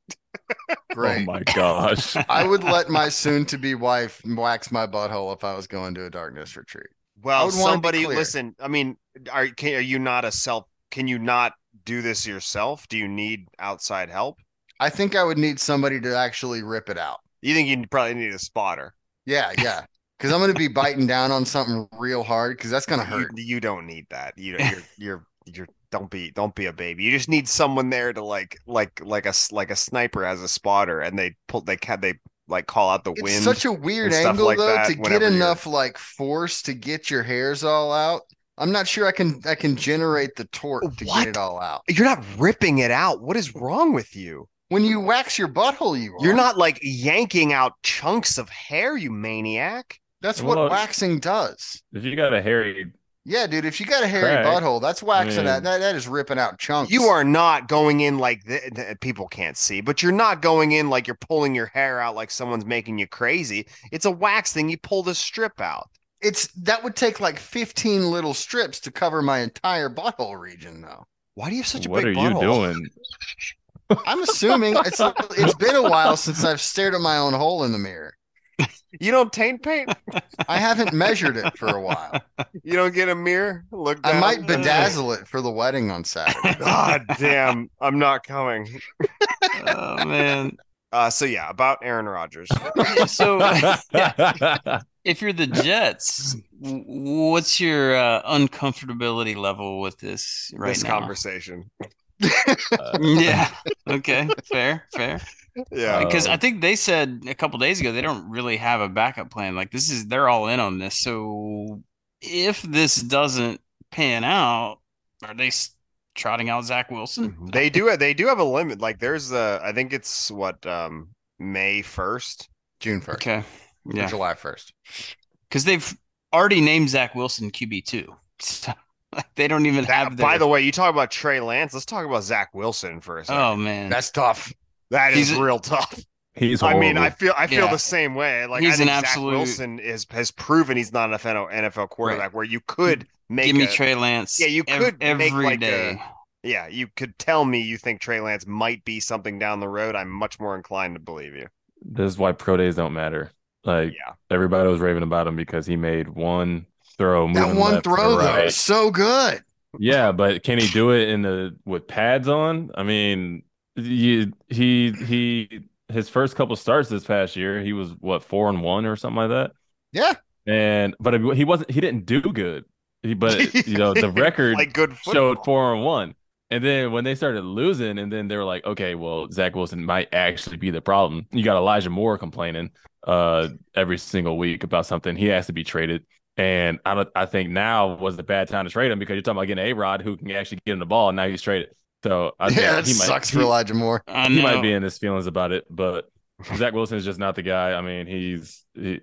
A: great
B: Oh my
C: [laughs]
B: gosh!
A: I would let my soon to be wife wax my butthole if I was going to a darkness retreat.
C: Well,
A: would wanna be
C: somebody
A: clear.
C: listen. I mean, are can, are you not a self? Can you not do this yourself? Do you need outside help?
A: I think I would need somebody to actually rip it out.
C: You think you probably need a spotter.
A: Yeah,
C: [laughs]
A: yeah. Because I'm going to be biting down on something real hard because that's going to
C: You,
A: hurt.
C: you don't need that. You [laughs] you're, you're you're don't be don't be a baby. You just need someone there to like like like a s- like a sniper has a spotter and they pull they ca- they like call out the
A: It's
C: wind.
A: such a weird
C: and stuff
A: angle
C: like
A: though
C: that
A: to get
C: whenever you're-
A: enough like force to get your hairs all out. I'm not sure I can I can generate the torque to
C: What?
A: get it all out.
C: You're not ripping it out. What is wrong with you?
A: When you wax your butthole, you
C: You're
A: are.
C: not like yanking out chunks of hair, you maniac.
A: That's
B: Well,
A: what
B: uh,
A: waxing does.
B: If you got a hairy,
A: Yeah, dude. If you got a hairy
B: Craig,
A: butthole, that's waxing that,
B: man.
A: that. That is ripping out chunks.
C: You are not going in like th- th- people can't see, but you're not going in like you're pulling your hair out like someone's making you crazy. It's a wax thing. You pull the strip out.
A: It's that would take like 15 little strips to cover my entire butthole region, though.
C: Why do you have such a
B: what are
C: big
B: you
C: butthole?
B: doing?
A: I'm assuming it's it's been a while since I've stared at my own hole in the mirror.
C: You don't taint paint.
A: I haven't measured it for a while.
C: You don't get a mirror. Look.
A: I
C: down?
A: might bedazzle it for the wedding on Saturday.
C: [laughs] God damn! I'm not coming.
D: oh man.
A: [laughs]
C: Uh, so yeah, about Aaron Rodgers.
D: So
C: [laughs]
D: if you're the Jets, w- what's your uh, uncomfortability level with this [laughs] right
C: this
D: now?
C: conversation.
D: yeah. Okay. Fair. Fair.
C: Yeah.
B: Uh,
D: Because I think they said a couple days ago they don't really have a backup plan. Like this is they're all in on this. So if this doesn't pan out, are they s- trotting out Zach Wilson?
C: Mhm. they do they do have a limit like there's uh i think it's what um may 1st
A: June 1st,
D: Okay.
A: or
D: Yeah.
A: July 1st.
D: Because they've already named Zach Wilson QB two. [laughs] So like, they don't even
C: That-
D: have.
C: by
D: Their,
C: the way you talk about trey lance let's talk about zach wilson for a second
D: oh man,
A: That's tough.
C: that is
D: he's a-
C: real tough
B: [laughs] He's
C: i
B: horrible.
C: mean i feel i feel
D: Yeah.
C: the same way like
D: He's
C: I think
D: an
C: Zach
D: absolute-
C: wilson is has proven he's not an nfl nfl quarterback where you could make
D: give me
C: a-
D: Trey Lance.
C: Yeah, you could make,
D: every day.
C: like, yeah you could tell me you think trey lance might be something down the road i'm much more inclined to believe you
B: this is why pro days don't matter. Like
C: yeah
B: everybody was raving about him because he made one throw.
A: That
B: moving
A: one
B: left or
A: throw though
B: right.
A: is so good.
B: Yeah, but can he do it in the with pads on? I mean, you, he he his first couple starts this past year, he was what four and one or something like that.
A: Yeah.
B: And but he wasn't he didn't do good. He, but you
A: [laughs]
B: know the record
C: like good football. [laughs]
B: showed four and one. And then when they started losing, and then they were like, okay, well, Zach Wilson might actually be the problem. You got Elijah Moore complaining uh every single week about something. He has to be traded. And I don't I think now was the bad time to trade him because you're talking about getting A Rod who can actually get him the ball and now he's traded. So I think
A: yeah, that
B: he might-
A: sucks
B: he-
A: for Elijah Moore.
D: I
B: he might
D: know.
B: be in his feelings about it,
A: [laughs]
B: but Zach Wilson is just not the guy. I mean, he's he,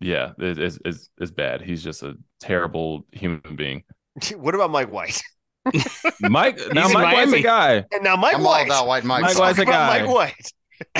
B: yeah, it- it's, it's it's bad. He's just a terrible human being.
C: what about mike white [laughs]
B: Mike now
D: in
B: Mike White's a
D: Miami. [laughs]
B: guy.
C: and now mike
A: I'm all
C: white [laughs]
A: about White Mike.
B: Mike
C: Talk
B: White's a
C: about
B: guy.
C: mike white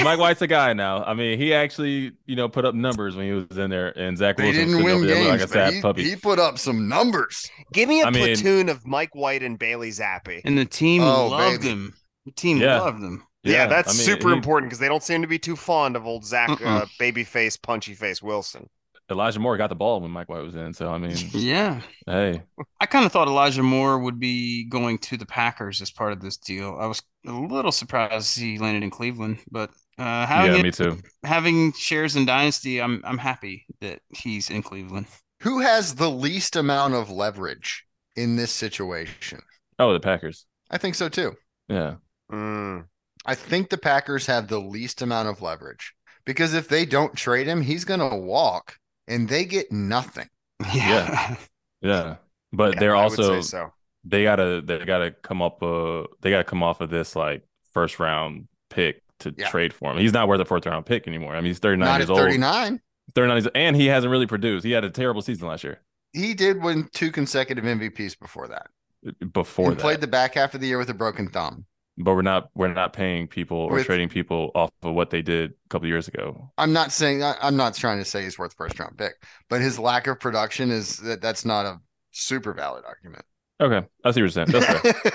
B: Mike White's a guy now. I mean, he actually you know put up numbers when he was in there, and Zach
A: They
B: Wilson
A: didn't
B: sitting
A: win
B: over there
A: games,
B: looking like a
A: but
B: sad
A: he,
B: puppy.
A: he put up some numbers.
C: Give me a
B: I mean-
C: platoon of Mike White and Bailey Zappi.
D: and the team
A: Oh,
D: loved
A: baby.
D: him. The team
B: Yeah.
D: loved him.
C: Yeah, that's
B: I mean,
C: super
B: he-
C: important because they don't seem to be too fond of old Zach uh,
D: Mm-mm.
C: baby face, punchy face Wilson.
B: Elijah Moore got the ball when Mike White was in, so
A: [laughs]
B: I mean,
D: Yeah.
B: hey,
D: I kind of thought Elijah Moore would be going to the Packers as part of this deal. I was a little surprised he landed in Cleveland, but uh, having
B: yeah,
D: it-
B: me too.
D: having shares in Dynasty, I'm I'm happy that he's in Cleveland. [laughs]
A: Who has the least amount of leverage in this situation?
B: Oh, the Packers.
A: I think so too.
B: Yeah,
C: Mm.
A: I think the Packers have the least amount of leverage because if they don't trade him, he's going to walk and they get nothing.
B: Yeah. yeah, but
C: Yeah,
B: they're
C: I would say
B: also
C: so.
B: they gotta they gotta come up uh they gotta come off of this like first round pick to
A: Yeah.
B: trade for him. He's not worth a fourth round pick anymore. I mean, he's thirty nine
A: Not
B: years
A: at
B: old.
A: 39.
B: Thirty nine, and he hasn't really produced. He had a terrible season last year.
A: He did win two consecutive MVPs before that.
B: Before
A: he
B: that,
A: played the back half of the year with a broken thumb.
B: but we're not we're not paying people or
A: With-
B: trading people off of what they did a couple years ago.
A: I'm not saying I, I'm not trying to say he's worth first round pick, but his lack of production is that that's not a super valid argument.
B: Okay, I see what you're saying. That's
A: [laughs]
B: fair.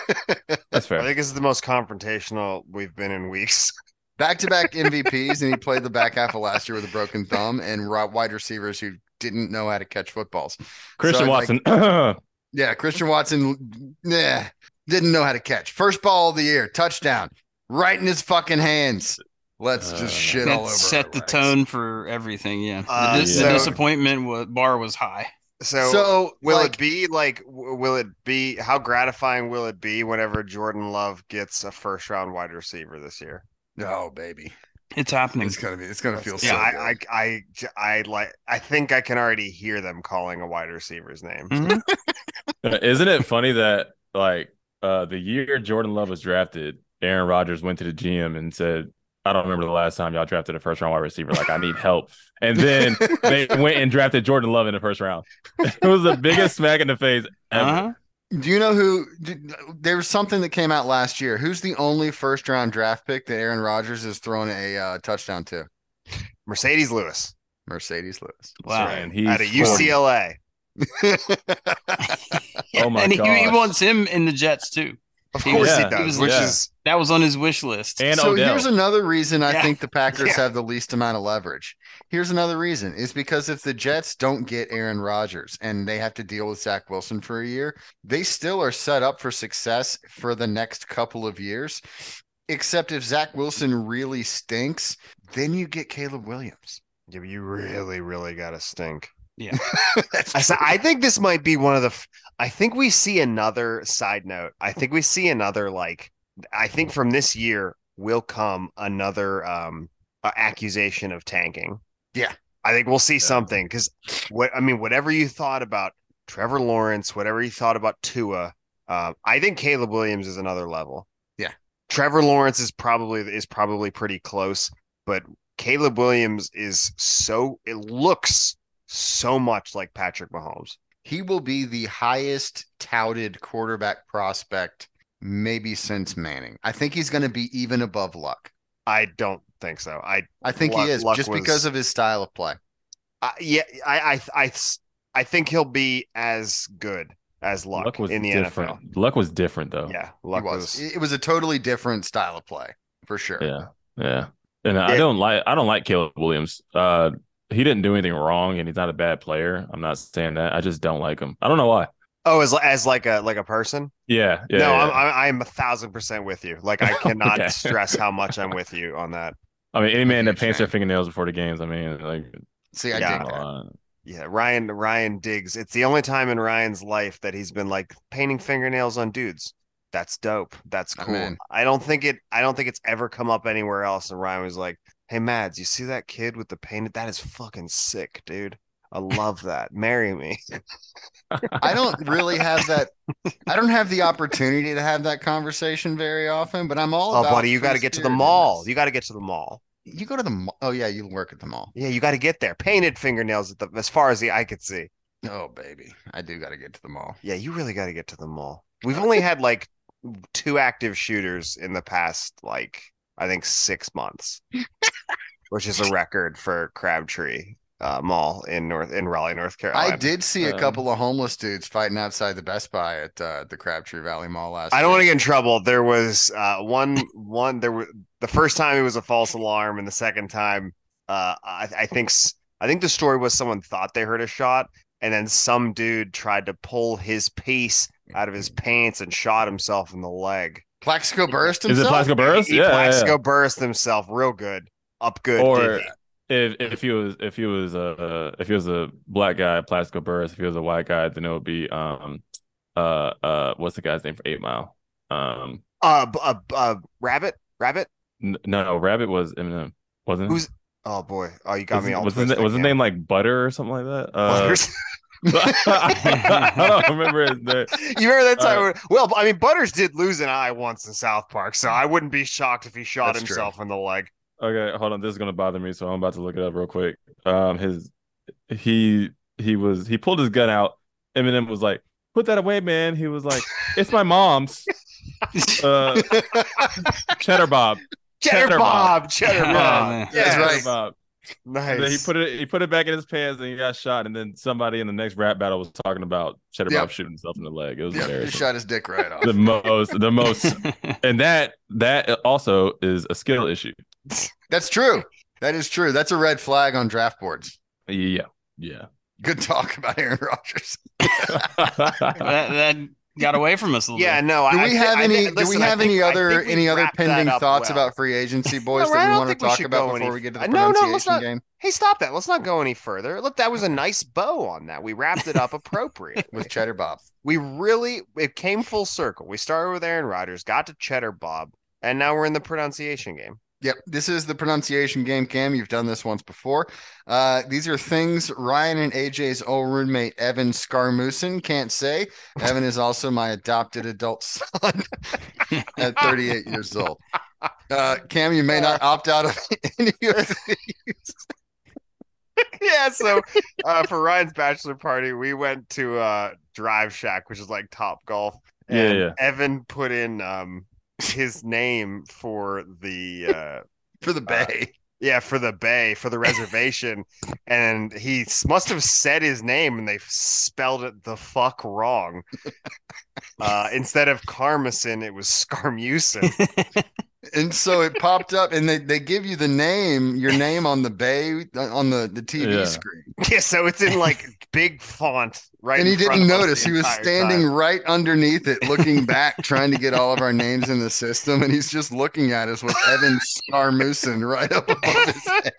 B: That's
C: I
B: fair.
C: think this is the most confrontational we've been in weeks. [laughs]
A: back to back MVPs, and he played the back half of last year with a broken thumb and ro- wide receivers who didn't know how to catch footballs.
B: Christian [clears throat]
A: so, like-
B: Watson.
A: Yeah, Christian Watson. Yeah, Didn't know how to catch. First ball of the year, touchdown, right in his fucking hands. Let's
B: Uh,
A: just shit all
D: That
A: over.
D: set
A: our
D: the
A: ranks.
D: tone for everything. Yeah, the,
C: Uh,
D: dis- the
B: so-
D: disappointment was, bar was high.
C: So,
A: so
C: will
A: like,
C: it be like? w- Will it be how gratifying will it be whenever Jordan Love gets a first round wide receiver this year?
A: Oh baby,
D: It's happening.
A: it's gonna be. It's gonna feel
C: yeah,
A: so.
C: I, I, I, j- I like. I think I can already hear them calling a wide receiver's name.
B: [laughs]
D: Mhm.
B: Uh, Isn't it funny that like uh the year Jordan Love was drafted, Aaron Rodgers went to the GM and said, I don't remember the last time y'all drafted a first round wide receiver. Like I need help. And then
A: good.
B: they went and drafted Jordan Love in the first round. [laughs] it was the biggest smack in the face ever.
D: Uh-huh.
A: Do you know who? Did, there was something that came out last year. Who's the only first round draft pick that Aaron Rodgers has thrown a uh, touchdown to?
C: Mercedes Lewis
A: Mercedes Lewis.
D: Wow.
B: And he's
C: out of
B: 40.
C: UCLA.
B: Oh my
D: and he, he
B: gosh.
D: wants him in the Jets too.
C: Of
D: He
C: course
B: was-
C: he
B: he
C: does,
D: was
C: which
B: like-
C: is
D: That was on his wish list.
B: And
A: so
B: Odell.
A: here's another reason I
D: Yeah.
A: think the Packers
C: Yeah.
A: have the least amount of leverage. Here's another reason is because if the Jets don't get Aaron Rodgers and they have to deal with Zach Wilson for a year, they still are set up for success for the next couple of years. Except if Zach Wilson really stinks, then you get Caleb Williams. [laughs]
C: Yeah, but you really, really gotta stink.
A: That's
C: I, s-
A: true.
C: I think this might be one of the. f- I think we see another side note. I think we see another like. I think from this year will come another um uh, accusation of tanking.
A: Yeah.
C: I think we'll see something because what I mean, whatever you thought about Trevor Lawrence, whatever you thought about Tua, um, I think Caleb Williams is another level.
A: Yeah.
C: Trevor Lawrence is probably is probably pretty close, but Caleb Williams is so it looks so much like Patrick Mahomes.
A: he will be the highest touted quarterback prospect maybe since Manning. I think he's going to be even above Luck.
C: I don't think so. I,
A: I think
C: Luck-
A: he is
C: Luck
A: just
C: was-
A: because of his style of play.
C: I yeah, I, I, I, I think he'll be as good as Luck,
B: Luck was
C: in the
B: different. Luck was different though.
C: NFL. Yeah,
A: He
C: Luck
A: was.
C: was.
A: It it was a totally different style of play for sure.
B: Yeah. Yeah. And
C: Yeah.
B: I don't like I don't like Caleb Williams. Uh he didn't do anything wrong and he's not a bad player. I'm not saying that. I just don't like him. I don't know why.
C: Oh, as as like a like a person.
B: Yeah. yeah
C: no,
B: yeah.
C: I'm I'm I'm a thousand percent with you. Like I
B: [laughs]
C: cannot
B: Okay.
C: stress how much I'm with you on that.
B: I mean, any man
A: Huge
B: that paints
A: fan.
B: their fingernails before the games. I mean, like,
A: See, I
C: Yeah.
A: dig that.
B: uh,
C: Yeah, Ryan Ryan Diggs. It's the only time in Ryan's life that he's been like painting fingernails on dudes. That's dope. That's
A: I'm
C: cool.
A: in.
C: I don't think it I don't think it's ever come up anywhere else. And Ryan was like, Hey Mads, you see that kid with the painted that is fucking sick, dude. I love that. Marry me.
A: I don't really have that. I don't have the opportunity to have that conversation very often, but I'm [laughs] all
C: Oh
A: about.
C: buddy, you
A: free
C: gotta get to the
A: spirit in
C: mall.
A: this.
C: You gotta get to the mall.
A: You go to the mall. Oh yeah, you work at the mall.
C: Yeah, you gotta get there. Painted fingernails at the as far as the eye could see.
A: Oh baby, I do got to get to the mall.
C: Yeah, you really gotta get to the mall. We've only had like two active shooters in the past like I think six
A: [laughs]
C: months, which is a record for Crabtree uh, Mall in North in Raleigh, North Carolina.
A: I did see
C: uh,
A: a
B: Um,
A: couple of homeless dudes fighting outside the Best Buy at uh, the Crabtree Valley Mall last.
C: I don't want to
A: year.
C: get in trouble. There was uh,
A: [laughs]
C: one one there was the first time it was a false alarm, and the second time uh, I, I think s- I think the story was someone thought they heard a shot, and then some dude tried to pull his piece out of his
A: Mm.
C: pants and shot himself in the leg.
A: Plaxico burst
B: is it
A: himself.
B: Plaxico Burris?
C: He
B: Yeah, yeah,
C: Plaxico burst himself real good, up good.
B: Or-
C: diddy.
B: yeah. If if he was if he was a if he was a black guy, Plaxico Burris. If he was a white guy, then it would be um uh uh what's the guy's name for Eight Mile? Um
C: uh, b- uh, b- uh, rabbit, rabbit.
B: n- no no Rabbit was Eminem wasn't it?
C: Who's- Oh boy! Oh, you got
B: was,
C: me all.
B: was, his,
C: twisted
B: was his
C: now.
B: name like Butter or something
C: [laughs]
B: like that? Uh,
C: Butters.
B: [laughs] I
C: [laughs]
B: don't remember his name.
C: you remember that time?
B: uh,
C: where- well, I mean, Butters did lose an eye once in South Park, so I wouldn't be shocked if he shot
A: That's true.
C: himself in the leg.
B: Okay, hold on. This is gonna bother me, so I'm about to look it up real quick. Um, his he he was he pulled his gun out. Eminem was like, "Put that away, man." He was like, "It's my mom's."
C: [laughs]
B: Uh, Cheddar Bob.
C: Cheddar,
B: Cheddar
C: Bob,
B: Bob.
C: Cheddar
D: Yeah,
C: Bob.
D: man.
A: That's
C: Yes.
A: right.
B: Cheddar Bob.
C: Nice.
B: And then he put it he put it back in his pants and he got shot. And then somebody in the next rap battle was talking about Cheddar
A: Yep.
B: Bob shooting himself in the leg. It was
A: Yep, he
B: embarrassing.
A: shot his dick
C: [laughs]
A: right off.
B: The most, the most, and that that also is a skill issue.
A: That's true. That is true. That's a red flag on draft boards.
B: [laughs] Yeah, yeah.
A: Good talk about Aaron Rodgers.
D: [laughs]
B: Uh,
D: that, that got away from us a little
C: Yeah,
D: bit.
C: no.
A: Do
C: I- I
A: we
C: thi-
A: have
C: I
A: any?
C: think-
A: do
C: listen,
A: we
C: I
A: have
C: think-
A: any
C: I
A: other
C: think we
A: any other
C: wrapped that
A: pending
C: up
A: thoughts
C: well.
A: about free agency,
C: [laughs]
A: boys,
C: No, I
A: that we
C: don't
A: want to
C: think we
A: talk
C: should
A: about
C: go any
A: before we get to the
C: f- no, no, let's
A: pronunciation
C: not-
A: game?
C: Hey, stop that. Let's not go any further. Look, that was a nice bow on that. We wrapped
B: [laughs]
C: it up appropriate.
A: with Cheddar Bob.
C: we really it came full circle. We started with Aaron Rodgers, got to Cheddar Bob, and now we're in the pronunciation game. [laughs]
A: Yep, this is the pronunciation game, Cam. You've done this once before. Uh, these are things Ryan and AJ's old roommate Evan Skarmusen
C: [laughs]
A: can't say. Evan is also my adopted adult son at 38 years old. Uh, Cam, you may not opt out of [laughs] any of
C: yeah, so uh, for Ryan's bachelor party, we went to uh, Drive Shack, which is like Top Golf.
B: Yeah,
C: and
B: yeah.
C: Evan put in um, his name for the
B: [laughs]
C: uh,
A: for the Bay.
C: yeah for the bay for the
B: [laughs]
C: reservation, and he s- must have said his name, and they spelled it the fuck
B: [laughs]
C: wrong. Uh, instead of Carmison, it was Scarmusin.
A: and so it popped up, and they, they give you the name, your name on the Bay on the, the TV
B: Yeah.
A: screen.
C: Yeah, so it's in
A: [laughs]
C: like big font, right?
A: and he
C: in front of
A: didn't
C: us
A: notice.
C: the
A: He was
C: entire
A: standing
C: time.
A: right underneath it, looking back, trying to get all of our names in the system. And he's just looking at us with Evan Skarmusen right up above his head.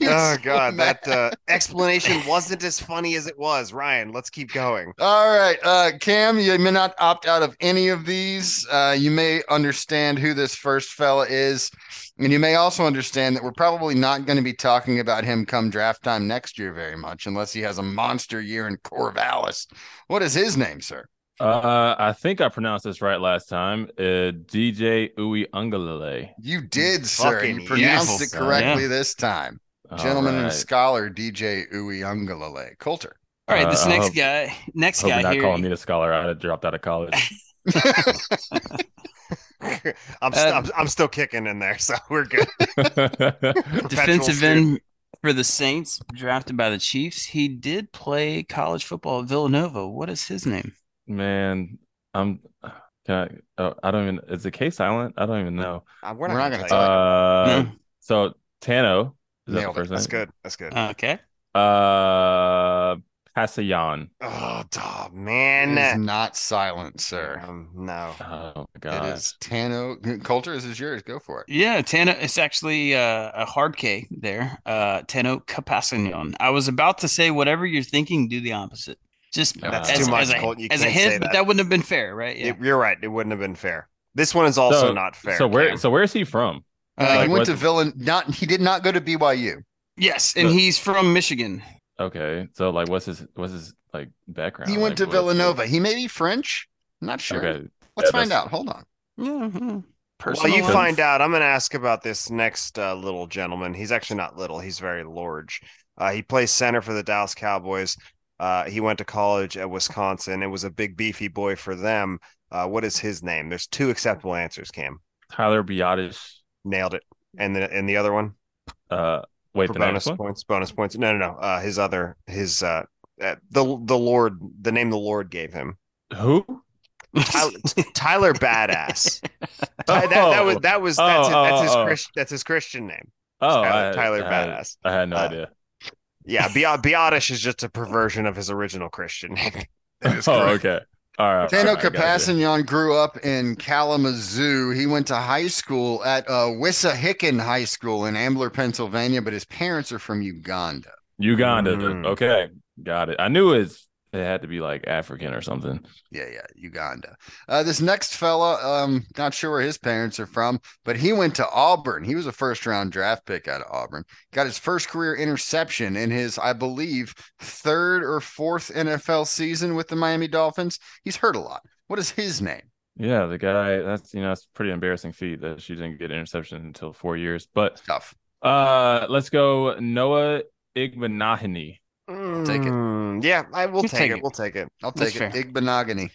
A: He
C: [laughs]
A: was
C: oh
A: so
C: god,
A: [laughs] mad.
C: that uh, explanation wasn't as funny as it was. Ryan, let's keep going. [laughs]
A: All right, uh, Cam, you may not opt out of any of these. Uh, you may understand who this first fella is, and you may also understand that we're probably not going to be talking about him come draft time next year very much, unless he has a monster year in Corvallis. What is his name, sir?
B: Uh, I think I pronounced this right last time. Uh, DJ Uwe Ungalale.
A: You did, sir. and
C: Fucking
A: You pronounced
C: yes.
A: it correctly this time.
B: All
A: Gentleman and
B: right.
A: scholar DJ Uyunglele Coulter.
D: All right, this
B: Uh, I
D: next
B: hope-
D: guy, next
B: Hope you're
D: guy
B: not
D: here.
B: calling me a scholar. I dropped out
A: [laughs]
B: of college. [laughs]
C: I'm, st-
D: Uh,
C: I'm I'm still kicking in there, [laughs] so we're
D: [laughs]
C: good. Perpetual
D: defensive
C: student.
D: end for the Saints, drafted by the Chiefs. He did play college football at Villanova. What is his name?
B: Man, I'm. Can I? Oh, I don't even. Is the K silent? I don't even know.
C: Uh,
A: We're not
C: tell
A: gonna
C: you.
B: Uh,
A: [laughs]
D: No?
B: so Tano is that the
A: Nailed it.
B: first name?
C: That's good. That's good.
D: Okay.
B: Uh, Passayan.
C: oh, duh,
A: It is
C: man.
A: not silent, sir.
C: Um, no.
B: Oh my
A: It
B: god.
A: is Tano Coulter. This is yours. Go for it.
D: Yeah, Tano. It's actually uh, a hard K there. Uh, Tano Capassignon. I was about to say whatever you're thinking, do the opposite. Just
A: Uh,
C: That's
B: Uh,
D: as,
C: too much,
D: as a,
C: Colton. You
D: as a
C: can't
D: hint,
C: say
D: but
C: that.
D: that wouldn't have been fair, right? Yeah.
C: It- you're right. It wouldn't have been fair. This one is also
B: So-
C: not fair.
B: So where?
C: Cam.
B: So where is he from?
A: Uh,
B: Like
A: he went
B: what-
A: to Villan. Not he did not go to BYU.
D: yes, and
B: the-
D: he's from Michigan.
B: Okay. So like, what's his? What's his like background?
A: He went
B: Like,
A: to
B: what-
A: Villanova. He may be French. I'm not sure.
B: Okay.
A: Let's
B: yeah,
A: find
B: that's-
A: out. Hold on.
D: Yeah. yeah.
C: Well, you
D: life. [laughs]
C: find out. I'm going to ask about this next uh, little gentleman. He's actually not little. He's very large. Uh, he plays center for the Dallas Cowboys. Uh, he went to college at Wisconsin. It was a big beefy boy for them. Uh, what is his name? There's two acceptable answers. Cam
B: Tyler Biotis.
C: nailed it. And the and the other one
B: Uh, wait.
C: for
B: The
C: bonus
B: next one.
C: points. Bonus points. No, no, no. Uh, his other his uh, uh the the Lord the name the Lord gave him
A: [laughs]
B: Who?
C: Tyler,
D: [laughs]
C: Tyler
B: [laughs]
C: Badass. Ty- that, that was
B: Oh.
C: that was
B: Oh,
C: that's, his,
B: oh,
C: that's his
B: oh.
C: Christ, that's his Christian name.
B: Oh,
C: Tyler,
B: I-
C: Tyler
B: I had-
C: Badass.
B: I had no
C: Uh,
B: idea.
C: Yeah, Be- Biotish is just a perversion of his original Christian
B: [laughs]
C: name.
B: Oh, okay. All right.
A: Tano
B: all right, gotcha.
A: Kapassignon grew up in Kalamazoo. He went to high school at uh, Wissahickon High School in Ambler, Pennsylvania, but his parents are from Uganda.
B: Uganda.
C: Mm.
B: Okay, got it. I knew it's it had to be like African or something.
A: Yeah, yeah, Uganda. Uh, this next fella, um, not sure where his parents are from, but he went to Auburn. He was a first round draft pick out of Auburn. Got his first career interception in his, I believe, third or fourth NFL season with the Miami Dolphins. He's hurt a lot. What is his name?
B: Yeah, the guy. That's you know that's a pretty embarrassing feat that she didn't get an interception until four years. But
A: Tough.
B: uh, let's go Noah Igbenahini.
A: take it.
C: Mm, Yeah, I will
D: We'll
C: take,
D: take
C: it.
D: it.
C: We'll take it.
A: I'll
D: That's
A: take it.
D: fair.
A: Igbenogany.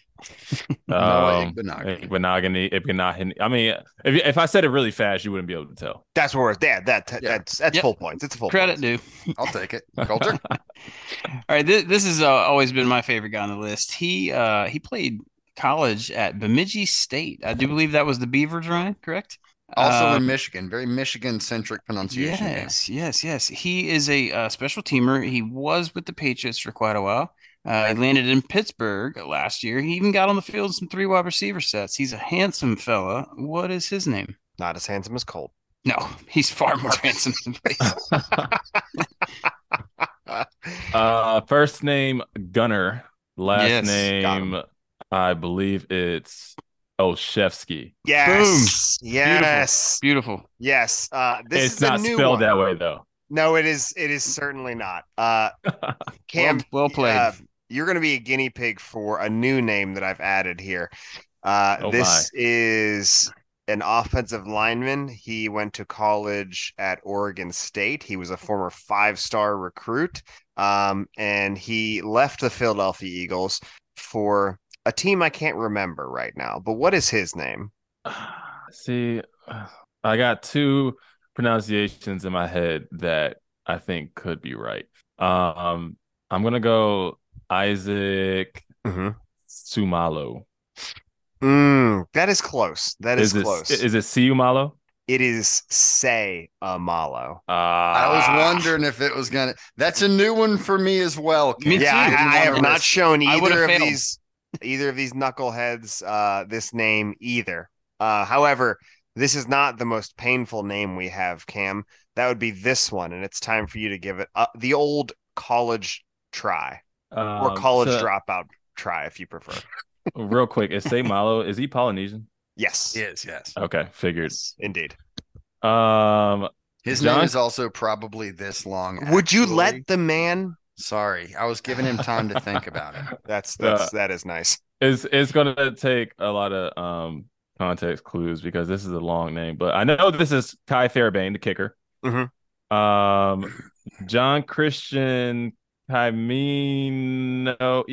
A: Noah
B: Um,
A: Igbenogany.
B: Igbenogany, Igbenahini. I mean, if if I said it really fast, you wouldn't be able to tell.
C: That's where it's yeah, that
A: Yeah.
C: that's that's
D: Yep.
C: full points. It's full
D: Credit
C: points.
D: due.
A: I'll take it. Coulter.
D: All right, this, this has uh, always been my favorite guy on the list. He uh, he played college at Bemidji State. I do believe that was the Beavers, Ryan. Correct.
A: Also
D: Uh,
A: in Michigan, very Michigan centric pronunciation. there.
D: yes, yes, yes. He is a uh, special teamer. He was with the Patriots for quite a while. Uh, he landed in Pittsburgh last year. He even got on the field in some three wide receiver sets. He's a handsome fella. What is his name?
C: Not as handsome as Colt.
D: No, [laughs] he's far more handsome than Bates.
B: Uh, first name Gunner, last
D: Yes, got
B: name I believe it's Olszewski.
C: Yes. Yes.
D: Beautiful.
C: Yes. Uh, this
B: it's
C: is
B: not
C: a new one.
B: spelled that way though. [sighs]
C: No, it is. It is certainly not.
B: [laughs]
C: Uh, Cam,
D: well, well played.
C: uh, you're going to be a guinea pig for a new name that I've added here. Uh,
B: Oh,
C: this is an offensive lineman. He went to college at Oregon State. He was a former five-star recruit, um, and he left the Philadelphia Eagles for a team I can't remember right now. But what is his name?
B: See, I got two pronunciations in my head that I think could be right. Um, I'm gonna go Isaac
C: Mm-hmm.
B: Sumalo.
C: Mm, that is close. That is,
B: is it
C: close.
B: is it Siumalo?
C: it is Say Amalo.
B: Uh,
A: I was wondering if it was gonna. That's a new one for me as well. Cam.
D: Me too.
C: yeah, I, I have not shown
D: I would've
C: either of
D: failed.
C: these either of these knuckleheads uh, this name either. Uh, however, this is not the most painful name we have, Cam. That would be this one, and it's time for you to give it uh, the old college try or
B: um,
C: college
B: so-
C: dropout try if you prefer.
B: Real quick, is Siumalo is he Polynesian?
C: Yes,
A: Yes, yes.
B: Okay, figured.
C: yes, indeed.
B: Um,
A: His
B: John?
A: name is also probably this long.
C: Would you
A: actually.
C: let the man?
A: Sorry, I was giving him time to think about it.
C: That's
A: Uh,
C: that's that is nice.
B: it's it's gonna take a lot of um context clues because this is a long name, but I know this is Kai Fairbairn, the kicker.
C: Mhm.
B: Um, John Christian Kaimino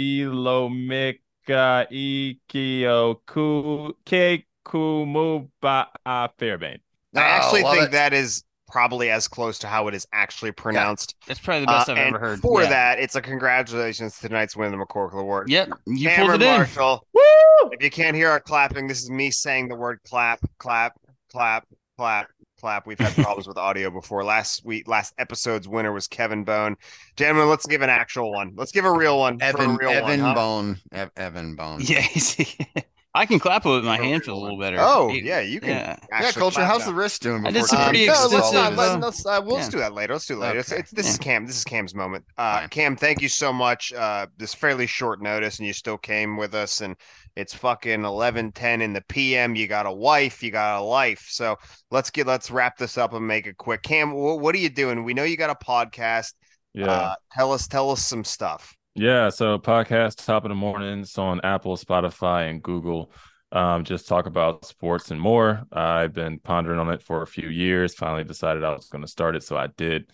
B: Ilomika Ikioku Kekumubaa uh, Fairbairn.
C: [laughs] I actually
A: oh, love
C: think
A: it.
C: that is probably as close to how it is actually pronounced.
D: That's probably the best
C: Uh,
D: I've
C: and
D: ever heard.
C: For
D: Yeah.
C: that, it's a congratulations to tonight's win of the McCorkle Award.
D: Yep. You
C: Cameron
D: pulled it [laughs] in.
C: Marshall.
B: Woo!
C: If you can't hear our clapping, this is me saying the word clap, clap, clap, clap, clap. We've had problems with audio before. Last week, last episode's winner was Kevin Bone. Gentlemen, let's give an actual one. Let's give a real one. for a
A: Evan,
C: real
A: Evan
C: one, huh?
A: Bone, Ev- Evan Bone.
D: Yeah. he's- [laughs] I can clap with my
C: For a
D: hand
C: real
D: feels a little
C: one.
D: better.
C: Oh,
D: It-
C: yeah, you can.
D: Yeah.
A: yeah.
C: actually
A: Culture,
C: clap
A: how's
C: now.
A: the wrist doing?
D: I
A: Before
D: did some
A: Cam
D: pretty
A: gets
C: no,
A: all
C: let's
D: extensive,
C: not.
A: in?
C: Let's,
D: um,
C: let's, uh, we'll just do
D: yeah.
C: that later. Let's do it later. It's-
A: Okay.
C: It's, this is Cam. This is Cam's moment. Uh,
A: Fine.
C: Cam, thank you so much. Uh, this fairly short notice, and you still came with us. And it's fucking eleven ten in the PM. You got a wife. You got a life. So let's get let's wrap this up and make it quick. Cam, wh- what are you doing? We know you got a podcast.
B: Yeah.
C: Uh, tell us tell us some stuff.
B: Yeah, so podcast top of the morning. So on Apple, Spotify, and Google, um, just talk about sports and more. I've been pondering on it for a few years. Finally decided I was going to start it, so I did.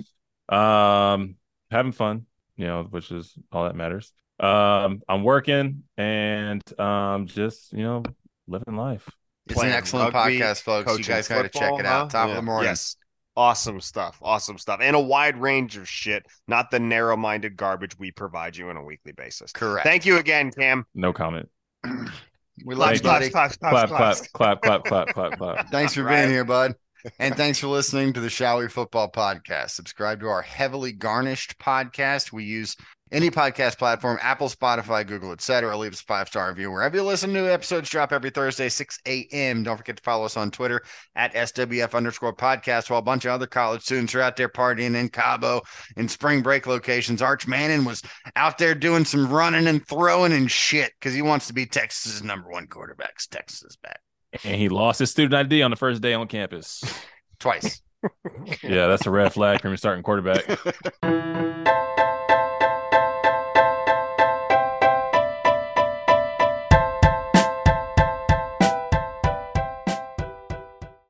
B: Um, having fun, you know, which is all that matters. Um, I'm working and um, just you know, living life.
A: It's an
C: playing
A: excellent
C: rugby,
A: podcast, folks. You
C: coaching
A: guys got to check
C: football,
A: it out.
C: huh?
A: Top of
B: Yeah.
A: the morning.
C: Yes. Awesome stuff. Awesome stuff. And a wide range of shit, not the narrow minded garbage we provide you on a weekly basis.
A: Correct.
C: Thank you again, Cam.
B: No comment.
A: we
C: Claps,
A: love you,
B: Thank you.
A: buddy.
C: claps, claps, claps,
B: Clap, clap,
C: claps.
B: clap, clap, clap,
A: [laughs]
B: clap, clap.
A: Thanks for
C: Right.
A: being here, bud. And thanks for listening to the Shall We Football podcast. Subscribe to our heavily garnished podcast. We use any podcast platform, Apple, Spotify, Google, etc. Leave us a five star review wherever you listen. New episodes drop every Thursday, 6 a.m. Don't forget to follow us on Twitter at SWF underscore podcast. While a bunch of other college students are out there partying in Cabo in spring break locations, Arch Manning was out there doing some running and throwing and shit because he wants to be Texas's number one quarterback. Texas is back
B: And he lost his student ID on the first day on campus.
A: twice.
B: Yeah, that's a red flag from your starting quarterback.